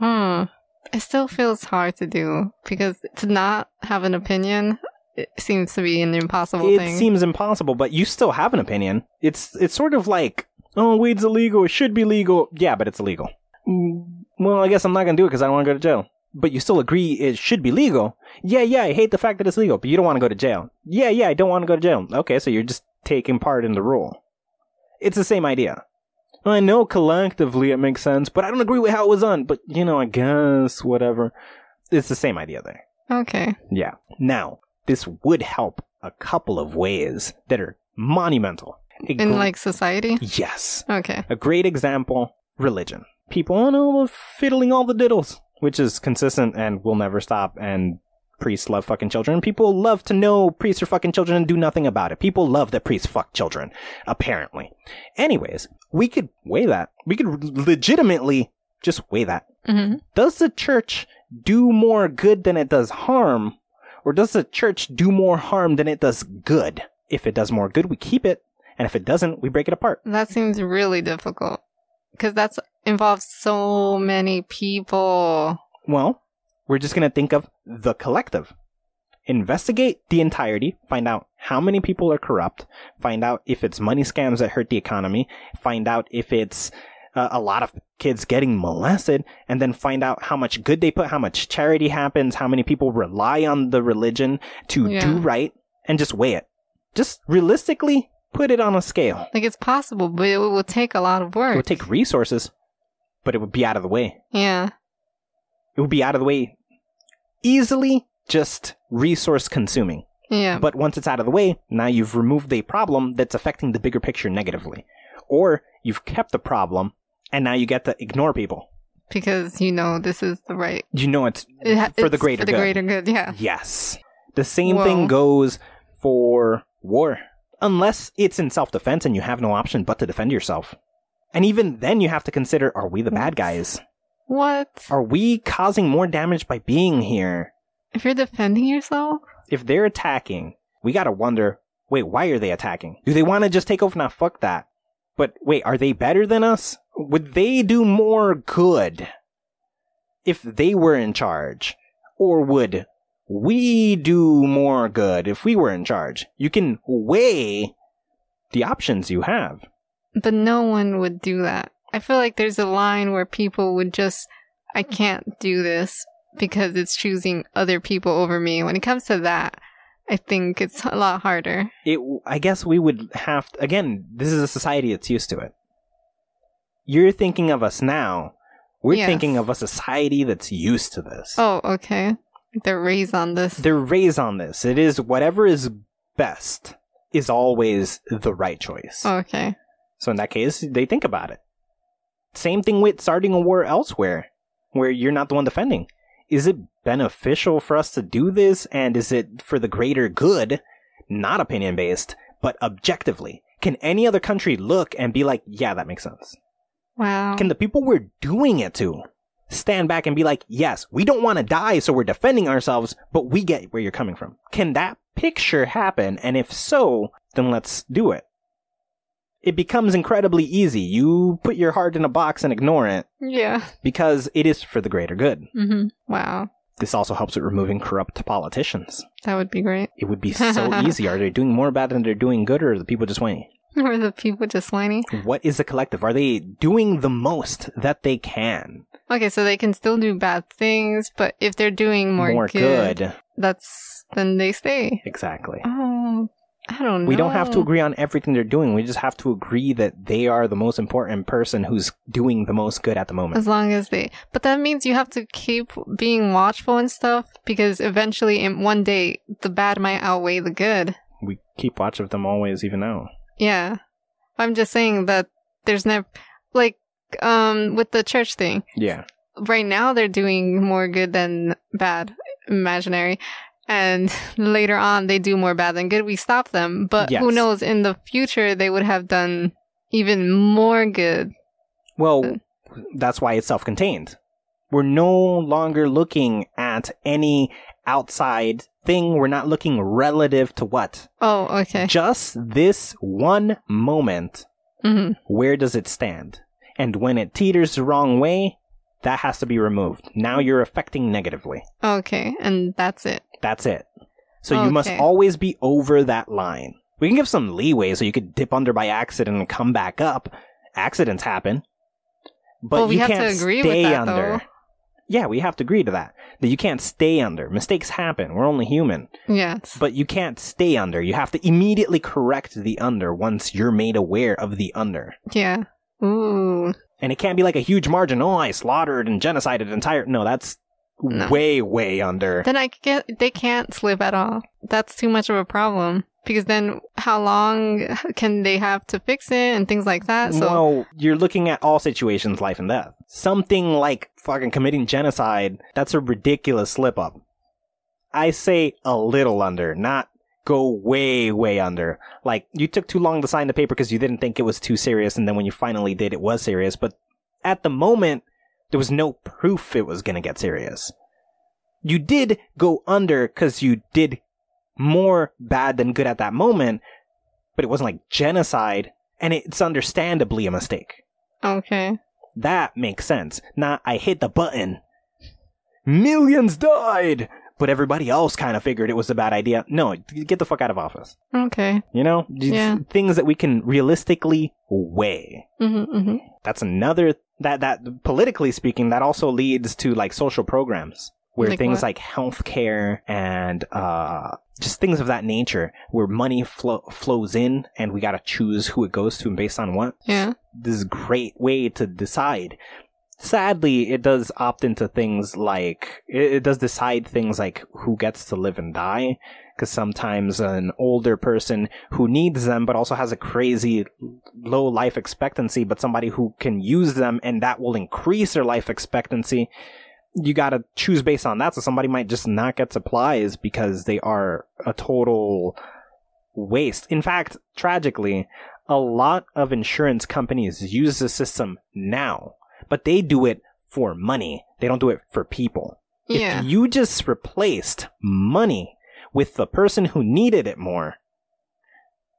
Speaker 2: Huh. It still feels hard to do because to not have an opinion it seems to be an impossible
Speaker 1: it
Speaker 2: thing.
Speaker 1: seems impossible, but you still have an opinion. It's it's sort of like, oh, weed's illegal. It should be legal. Yeah, but it's illegal. Mm, Well, I guess I'm not gonna do it because I don't want to go to jail. But you still agree it should be legal. Yeah, yeah, I hate the fact that it's legal, but you don't want to go to jail. Yeah, yeah, I don't want to go to jail. Okay, so you're just taking part in the rule. It's the same idea. I know collectively it makes sense, but I don't agree with how it was done. But you know, I guess whatever. It's the same idea there.
Speaker 2: okay.
Speaker 1: Yeah. Now, this would help a couple of ways that are monumental. A
Speaker 2: In
Speaker 1: gr-
Speaker 2: like society?
Speaker 1: yes.
Speaker 2: Okay.
Speaker 1: A great example religion. People, oh no, we're fiddling all the diddles, which is consistent and will never stop. And priests love fucking children. People love to know priests are fucking children and do nothing about it. People love that priests fuck children, apparently. Anyways, we could weigh that. We could legitimately just weigh that
Speaker 2: hmm
Speaker 1: does the church do more good than it does harm? Or does the church do more harm than it does good? If it does more good, we keep it. And if it doesn't, we break it apart.
Speaker 2: That seems really difficult because that's involves so many people.
Speaker 1: Well, we're just going to think of the collective. Investigate the entirety, find out how many people are corrupt, find out if it's money scams that hurt the economy, find out if it's uh, a lot of kids getting molested, and then find out how much good they put, how much charity happens, how many people rely on the religion to
Speaker 2: Yeah.
Speaker 1: do right, and just weigh it. Just realistically put it on a scale.
Speaker 2: Like it's possible, but it will take a lot of
Speaker 1: It
Speaker 2: work.
Speaker 1: would take resources, but it would be out of the way.
Speaker 2: yeah.
Speaker 1: it would be out of the way easily just resource consuming
Speaker 2: Yeah.
Speaker 1: but once it's out of the way now you've removed a problem that's affecting the bigger picture negatively or you've kept the problem and now you get to ignore people
Speaker 2: Because you know this is the right
Speaker 1: you know it's
Speaker 2: it ha-
Speaker 1: for the
Speaker 2: it's
Speaker 1: greater
Speaker 2: for the
Speaker 1: good
Speaker 2: greater good. Yeah.
Speaker 1: yes the same
Speaker 2: Whoa.
Speaker 1: thing goes for war unless it's in self-defense and you have no option but to defend yourself and even then you have to consider are we the bad guys
Speaker 2: What?
Speaker 1: are we causing more damage by being here
Speaker 2: If you're defending yourself,
Speaker 1: if they're attacking, we gotta wonder, wait, why are they attacking? Do they wanna just take over? Now fuck that. But wait, are they better than us? Would they do more good if they were in charge? Or would we do more good if we were in charge? You can weigh the options you have.
Speaker 2: but no one would do that. I feel like there's a line where people would just, I can't do this because it's choosing other people over me. When it comes to that, I think it's a lot harder.
Speaker 1: It, I guess we would have, again, this is a society that's used to it. You're thinking of us now. We're
Speaker 2: Yes.
Speaker 1: thinking of a society that's used to this.
Speaker 2: Oh, okay. They're raised on this.
Speaker 1: They're raised on this. It is whatever is best is always the right choice.
Speaker 2: Oh, okay.
Speaker 1: So in that case, they think about it. Same thing with starting a war elsewhere, where you're not the one defending. Is it beneficial for us to do this, and is it for the greater good? Not opinion based, but objectively. Can any other country look and be like, yeah, that makes sense?
Speaker 2: Wow.
Speaker 1: Can the people we're doing it to stand back and be like, yes, we don't want to die, so we're defending ourselves, but we get where you're coming from? Can that picture happen? And if so, then let's do it. It becomes incredibly easy. You put your heart in a box and ignore it
Speaker 2: yeah.
Speaker 1: because it is for the greater good.
Speaker 2: hmm Wow.
Speaker 1: This also helps with removing corrupt politicians.
Speaker 2: That would be great.
Speaker 1: It would be so easy. Are they doing more bad than they're doing good, or are the people just whiny?
Speaker 2: Were the people just whiny?
Speaker 1: What is the collective? Are they doing the most that they can?
Speaker 2: Okay, so they can still do bad things, but if they're doing more, good, that's then they stay.
Speaker 1: Exactly.
Speaker 2: Oh, I don't know.
Speaker 1: We don't have to agree on everything they're doing. We just have to agree that they are the most important person who's doing the most good at the moment.
Speaker 2: As long as they, but that means you have to keep being watchful and stuff because eventually, in one day, the bad might outweigh the good.
Speaker 1: We keep watch of them always, even now.
Speaker 2: Yeah, I'm just saying that there's never like um with the church thing.
Speaker 1: Yeah.
Speaker 2: Right now, they're doing more good than bad, imaginary, and later on, they do more bad than good. We stop them, but who
Speaker 1: Yes.
Speaker 2: knows? In the future, they would have done even more good.
Speaker 1: Well, that's why it's self contained. We're no longer looking at any outside thing. We're not looking relative to what?
Speaker 2: Oh, okay.
Speaker 1: Just this one moment.
Speaker 2: hmm
Speaker 1: Where does it stand? And when it teeters the wrong way, that has to be removed. Now you're affecting negatively.
Speaker 2: Okay, and that's it.
Speaker 1: That's it. So you must
Speaker 2: Okay.
Speaker 1: always be over that line. We can give some leeway so you could dip under by accident and come back up. Accidents happen. But
Speaker 2: Well, we
Speaker 1: you
Speaker 2: have to
Speaker 1: can't
Speaker 2: agree with
Speaker 1: stay
Speaker 2: that,
Speaker 1: under.
Speaker 2: though.
Speaker 1: Yeah, we have to agree to that. That you can't stay under. Mistakes happen. We're only human.
Speaker 2: Yes.
Speaker 1: But you can't stay under. You have to immediately correct the under once you're made aware of the under.
Speaker 2: Yeah. Ooh.
Speaker 1: And it can't be like a huge margin. Oh, I slaughtered and genocided an entire. No, that's
Speaker 2: No.
Speaker 1: way, way under.
Speaker 2: Then I get they can't slip at all. That's too much of a problem because then how long can they have to fix it and things like that? So
Speaker 1: Well, you're looking at all situations, life and death. Something like fucking committing genocide, that's a ridiculous slip up. I say a little under, not go way, way under. Like, you took too long to sign the paper because you didn't think it was too serious, and then when you finally did, it was serious. But at the moment, there was no proof it was going to get serious. You did go under because you did more bad than good at that moment, but it wasn't like genocide and it's understandably a mistake.
Speaker 2: okay.
Speaker 1: That makes sense. Not I hit the button. Millions died, but everybody else kind of figured it was a bad idea. No, get the fuck out of office.
Speaker 2: Okay.
Speaker 1: You know, These
Speaker 2: Yeah.
Speaker 1: things that we can realistically weigh.
Speaker 2: Mhm mhm.
Speaker 1: That's another that that politically speaking, that also leads to like social programs where
Speaker 2: Like
Speaker 1: things
Speaker 2: what?
Speaker 1: like healthcare and uh, just things of that nature, where money flo- flows in and we got to choose who it goes to and based on what
Speaker 2: Yeah.
Speaker 1: this great way to decide. Sadly, it does opt into things like it, it does decide things like who gets to live and die. Because sometimes an older person who needs them but also has a crazy low life expectancy, but somebody who can use them and that will increase their life expectancy, you gotta choose based on that. So somebody might just not get supplies because they are a total waste. In fact, tragically, a lot of insurance companies use the system now, but they do it for money. They don't do it for people.
Speaker 2: yeah.
Speaker 1: If you just replaced money with the person who needed it more,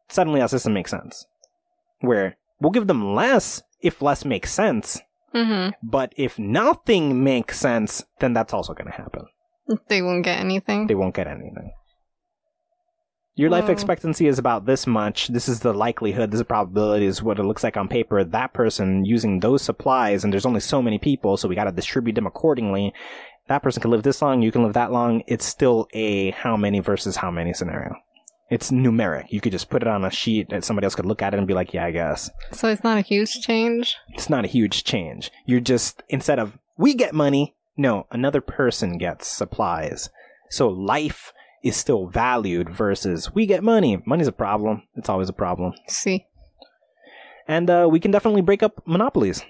Speaker 1: suddenly that system makes sense. Where we'll give them less if less makes sense,
Speaker 2: mhm.
Speaker 1: but if nothing makes sense, then that's also going to happen.
Speaker 2: They won't get anything.
Speaker 1: They won't get anything. Your life
Speaker 2: Wow.
Speaker 1: expectancy is about this much. This is the likelihood. This is probability is what it looks like on paper. That person using those supplies, and there's only so many people, so we got to distribute them accordingly. That person can live this long. You can live that long. It's still a how many versus how many scenario. It's numeric. You could just put it on a sheet and somebody else could look at it and be like, yeah, I guess.
Speaker 2: So it's not a huge change.
Speaker 1: It's not a huge change. You're just, instead of we get money, no, another person gets supplies. So life is still valued versus we get money. Money's a problem. It's always a problem.
Speaker 2: See.
Speaker 1: And uh, we can definitely break up monopolies.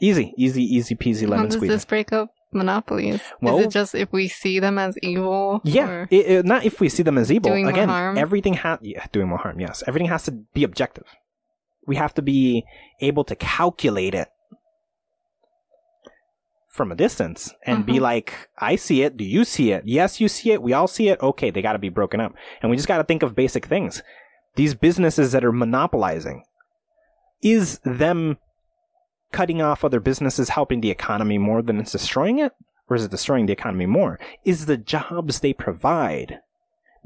Speaker 1: Easy, easy, easy peasy
Speaker 2: How
Speaker 1: lemon
Speaker 2: does
Speaker 1: squeezy.
Speaker 2: this break up monopolies?
Speaker 1: Well-
Speaker 2: Is it just if we see them as evil?
Speaker 1: Yeah,
Speaker 2: or-
Speaker 1: it, it- not if we see them as evil.
Speaker 2: Doing more
Speaker 1: Again,
Speaker 2: harm?
Speaker 1: everything has yeah, doing more harm. Yes, everything has to be objective. We have to be able to calculate it from a distance and be
Speaker 2: Mhm.
Speaker 1: like, "I see it. Do you see it? Yes, you see it. We all see it. Okay, they got to be broken up, and we just got to think of basic things. These businesses that are monopolizing is them cutting off other businesses helping the economy more than it's destroying it? Or is it destroying the economy more? Is the jobs they provide?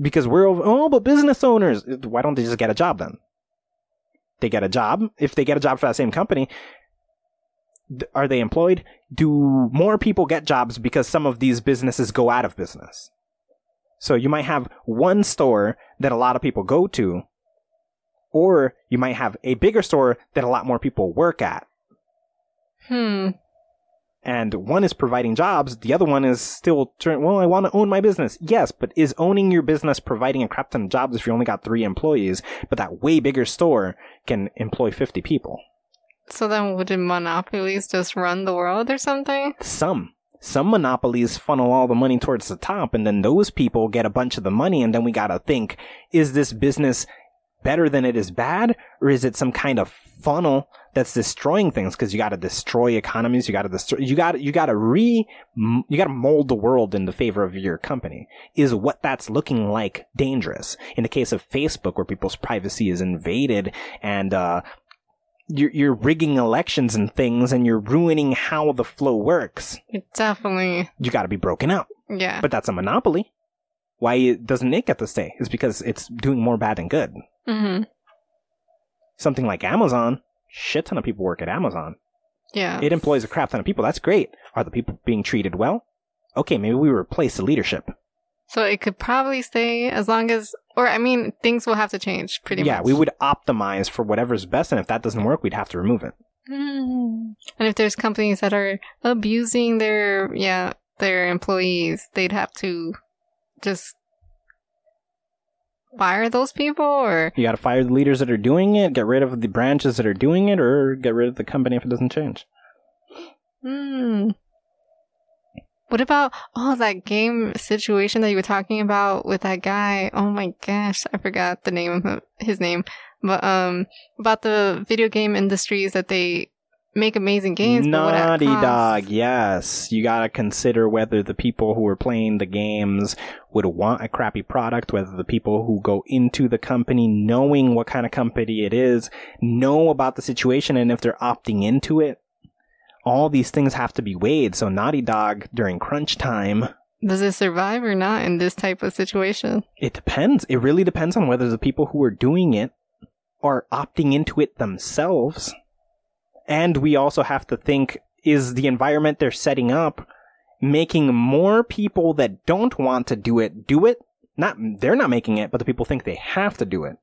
Speaker 1: Because we're over, oh, but business owners, why don't they just get a job then? They get a job. If they get a job for that same company, th- are they employed? Do more people get jobs because some of these businesses go out of business? So you might have one store that a lot of people go to, or you might have a bigger store that a lot more people work at
Speaker 2: Hmm.
Speaker 1: and one is providing jobs, the other one is still turn. Well, I want to own my business. Yes, but is owning your business providing a crap ton of jobs if you only got three employees, but that way bigger store can employ fifty people?
Speaker 2: So then, wouldn't monopolies just run the world or something?
Speaker 1: Some some monopolies funnel all the money towards the top, and then those people get a bunch of the money, and then we gotta think: is this business better than it is bad, or is it some kind of funnel? That's destroying things because you got to destroy economies. You got to destroy. You got to you got to re m- you got to mold the world in the favor of your company is what that's looking like dangerous in the case of facebook where people's privacy is invaded and uh you're, you're rigging elections and things and you're ruining how the flow works
Speaker 2: It definitely.
Speaker 1: you got to be broken up
Speaker 2: Yeah.
Speaker 1: but that's a monopoly why it- doesn't it get to stay is because it's doing more bad than good
Speaker 2: hmm
Speaker 1: something like amazon shit ton of people work at amazon
Speaker 2: Yeah.
Speaker 1: it employs a crap ton of people that's great are the people being treated well okay maybe we replace the leadership
Speaker 2: so it could probably stay as long as, or I mean, things will have to change pretty
Speaker 1: yeah,
Speaker 2: much.
Speaker 1: we would optimize for whatever's best, and if that doesn't work, we'd have to remove it.
Speaker 2: Mm. And if there's companies that are abusing their yeah their employees, they'd have to just fire those people or
Speaker 1: You got to fire the leaders that are doing it, get rid of the branches that are doing it, or get rid of the company if it doesn't change. Mm.
Speaker 2: Hmm. What about oh that game situation that you were talking about with that guy? Oh my gosh, I forgot the name of him- his name. But um about the video game industries that they make amazing games. but what at
Speaker 1: Naughty
Speaker 2: cost?
Speaker 1: Dog, yes. You got to consider whether the people who are playing the games would want a crappy product, whether the people who go into the company knowing what kind of company it is, know about the situation, and if they're opting into it. All these things have to be weighed. So, Naughty Dog, during crunch time,
Speaker 2: Does it survive or not in this type of situation?
Speaker 1: It depends. It really depends on whether the people who are doing it are opting into it themselves. And we also have to think is the environment they're setting up making more people that don't want to do it do it? Not they're not making it, but the people think they have to do it.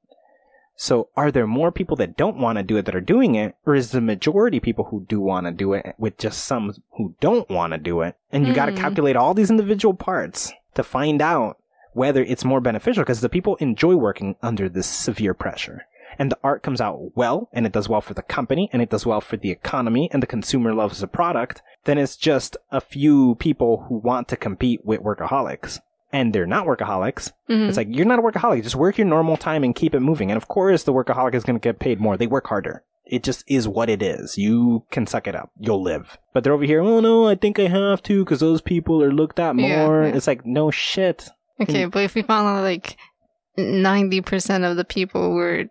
Speaker 1: So are there more people that don't want to do it that are doing it or is the majority people who do want to do it with just some who don't want to do it? And you got to
Speaker 2: Hmm.
Speaker 1: calculate all these individual parts to find out whether it's more beneficial because the people enjoy working under this severe pressure. And the art comes out well, and it does well for the company, and it does well for the economy, and the consumer loves the product, then it's just a few people who want to compete with workaholics. And they're not workaholics.
Speaker 2: Mhm.
Speaker 1: It's like, you're not a workaholic. Just work your normal time and keep it moving. And of course, the workaholic is going to get paid more. They work harder. It just is what it is. You can suck it up. You'll live. But they're over here, oh no, I think I have to because those people are looked at
Speaker 2: Yeah,
Speaker 1: more.
Speaker 2: yeah.
Speaker 1: It's like, no shit.
Speaker 2: okay, but if we found out like ninety percent of the people were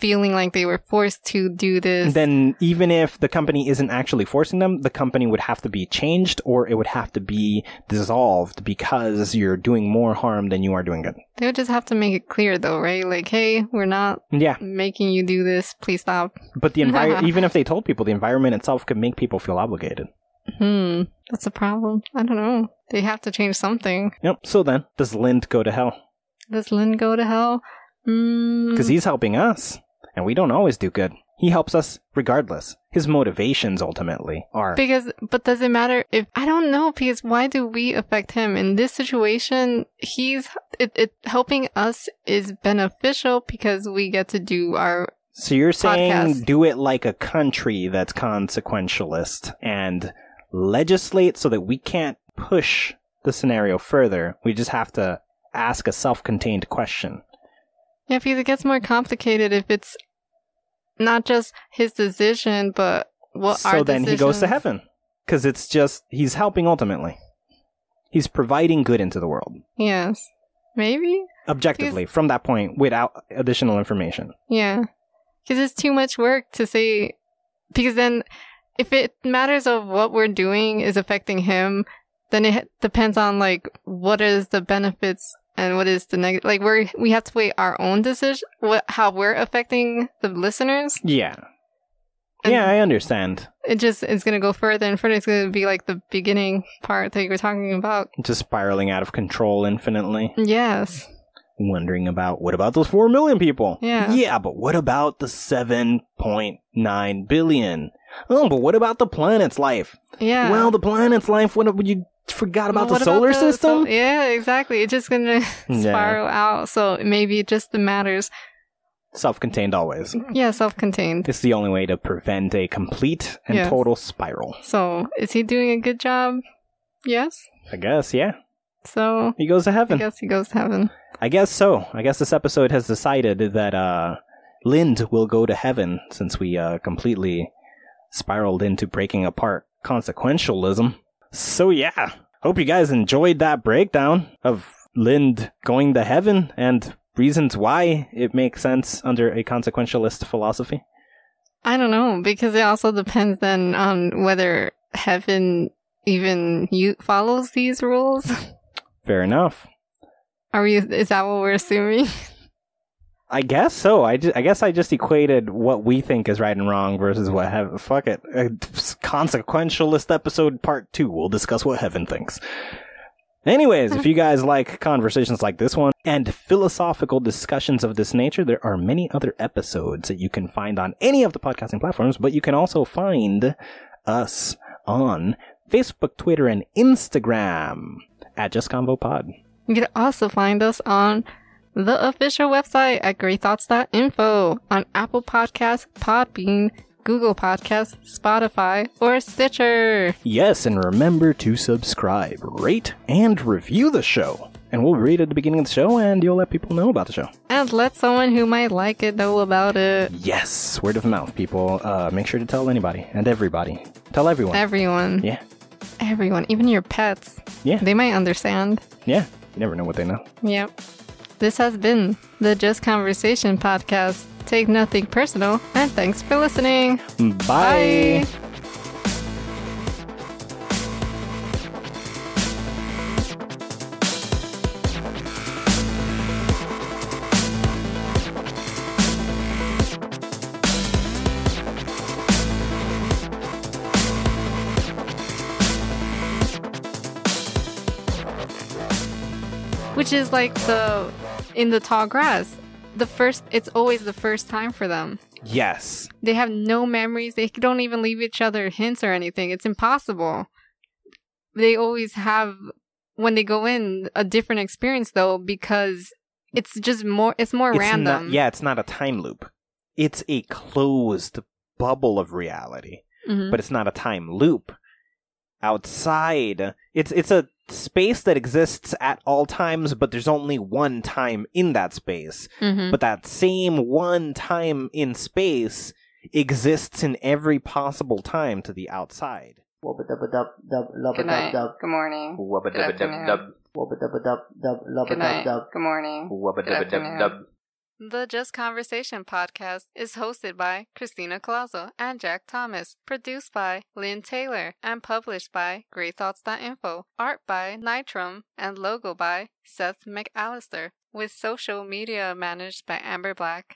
Speaker 2: feeling like they were forced to do this,
Speaker 1: then even if the company isn't actually forcing them, the company would have to be changed or it would have to be dissolved because you're doing more harm than you are doing good.
Speaker 2: they would just have to make it clear, though, right? Like, hey, we're not
Speaker 1: Yeah,
Speaker 2: making you do this. Please stop.
Speaker 1: but the environment, even if they told people, the environment itself could make people feel obligated.
Speaker 2: Hmm, that's a problem. I don't know. They have to change something.
Speaker 1: Yep. So then, does Lind go to hell?
Speaker 2: Does Lin go to hell? Mm,
Speaker 1: because he's helping us, and we don't always do good. He helps us regardless. His motivations ultimately are
Speaker 2: Because, but does it matter if I don't know? Because why do we affect him in this situation? He's it, it helping us is beneficial because we get to do our
Speaker 1: So you're saying
Speaker 2: Podcast.
Speaker 1: do it like a country that's consequentialist and legislate so that we can't push the scenario further. We just have to ask a self-contained question.
Speaker 2: yeah. Because it gets more complicated if it's not just his decision, but what
Speaker 1: so
Speaker 2: our
Speaker 1: then he goes to
Speaker 2: decisions-
Speaker 1: heaven because it's just he's helping ultimately. He's providing good into the world
Speaker 2: Yes, maybe.
Speaker 1: objectively from that point without additional information.
Speaker 2: Yeah. Because it's too much work to say. Because then, if it matters of what we're doing is affecting him, then it depends on like what is the benefits and what is the negative. Like we're we have to weigh our own decision, what how we're affecting the listeners.
Speaker 1: Yeah.
Speaker 2: And
Speaker 1: yeah, I understand.
Speaker 2: It just is gonna go further and further. It's gonna be like the beginning part that you were talking about.
Speaker 1: Just spiraling out of control infinitely.
Speaker 2: Yes.
Speaker 1: wondering about what about those 4 million people?
Speaker 2: Yeah.
Speaker 1: Yeah, but what about the 7.9 billion? Oh, but what about the planet's life?
Speaker 2: Yeah.
Speaker 1: Well, the planet's life, what you forgot about
Speaker 2: What
Speaker 1: the solar
Speaker 2: so-
Speaker 1: system?
Speaker 2: yeah, exactly. It's just gonna
Speaker 1: Yeah.
Speaker 2: spiral out. So maybe it just matters
Speaker 1: Self-contained always.
Speaker 2: Yeah, self contained.
Speaker 1: It's the only way to prevent a complete and
Speaker 2: Yes.
Speaker 1: total spiral.
Speaker 2: So, is he doing a good job? Yes.
Speaker 1: I guess, yeah.
Speaker 2: So,
Speaker 1: He goes to
Speaker 2: I
Speaker 1: heaven.
Speaker 2: guess he goes to heaven.
Speaker 1: I guess so. I guess this episode has decided that uh Lind will go to heaven since we uh completely spiraled into breaking apart consequentialism. So yeah. Hope you guys enjoyed that breakdown of Lind going to heaven and reasons why it makes sense under a consequentialist philosophy.
Speaker 2: I don't know because it also depends then on whether heaven even you follows these rules.
Speaker 1: Fair enough.
Speaker 2: Are we? Is that what we're assuming?
Speaker 1: I guess so. I, ju- I guess I just equated what we think is right and wrong versus what heaven. Fuck it. Uh, consequentialist episode part two. We'll discuss what heaven thinks. Anyways, if you guys like conversations like this one and philosophical discussions of this nature, there are many other episodes that you can find on any of the podcasting platforms, but you can also find us on Facebook, Twitter, and Instagram at Just Convo Pod.
Speaker 2: You can also find us on the official website at greatthoughts.info, on Apple Podcasts, Podbean, Google Podcasts, Spotify, or Stitcher.
Speaker 1: Yes, and remember to subscribe, rate, and review the show. And we'll read at the beginning of the show and you'll let people know about the show.
Speaker 2: And let someone who might like it know about it.
Speaker 1: Yes, word of mouth, people. Uh, make sure to tell anybody and everybody. Tell everyone.
Speaker 2: Everyone.
Speaker 1: yeah,
Speaker 2: Everyone. Even your pets.
Speaker 1: yeah,
Speaker 2: They might understand.
Speaker 1: yeah. You never know what they know.
Speaker 2: Yep. This has been the Just Conversation podcast. Take nothing personal, and thanks for listening.
Speaker 1: Mm, Bye.
Speaker 2: Bye. Which is like the in the tall grass. The first, it's always the first time for them.
Speaker 1: Yes.
Speaker 2: They have no memories. They don't even leave each other hints or anything. It's impossible. They always have when they go in a different experience though because it's just more it's more
Speaker 1: It's
Speaker 2: random.
Speaker 1: Not, yeah, it's not a time loop. It's a closed bubble of reality.
Speaker 2: Mhm.
Speaker 1: but it's not a time loop. Outside, it's it's a space that exists at all times, but there's only one time in that space.
Speaker 2: Mhm.
Speaker 1: But that same one time in space exists in every possible time to the outside.
Speaker 3: Wubba dubba dub dub lubba
Speaker 2: Good night.
Speaker 3: dub dub.
Speaker 2: Good morning.
Speaker 4: Wubba
Speaker 2: Good
Speaker 4: dubba dub dub.
Speaker 2: afternoon.
Speaker 3: Wubba dubba dub dub lubba
Speaker 2: Good
Speaker 3: dub
Speaker 2: night.
Speaker 3: dub.
Speaker 2: Good morning.
Speaker 4: Wubba
Speaker 2: Good
Speaker 4: dubba dub
Speaker 2: afternoon.
Speaker 4: dub.
Speaker 2: The Just Conversation podcast is hosted by Christina Colazo and Jack Thomas, produced by Lynn Taylor, and published by GreatThoughts.info, art by Nitrum, and logo by Seth McAllister, with social media managed by Amber Black.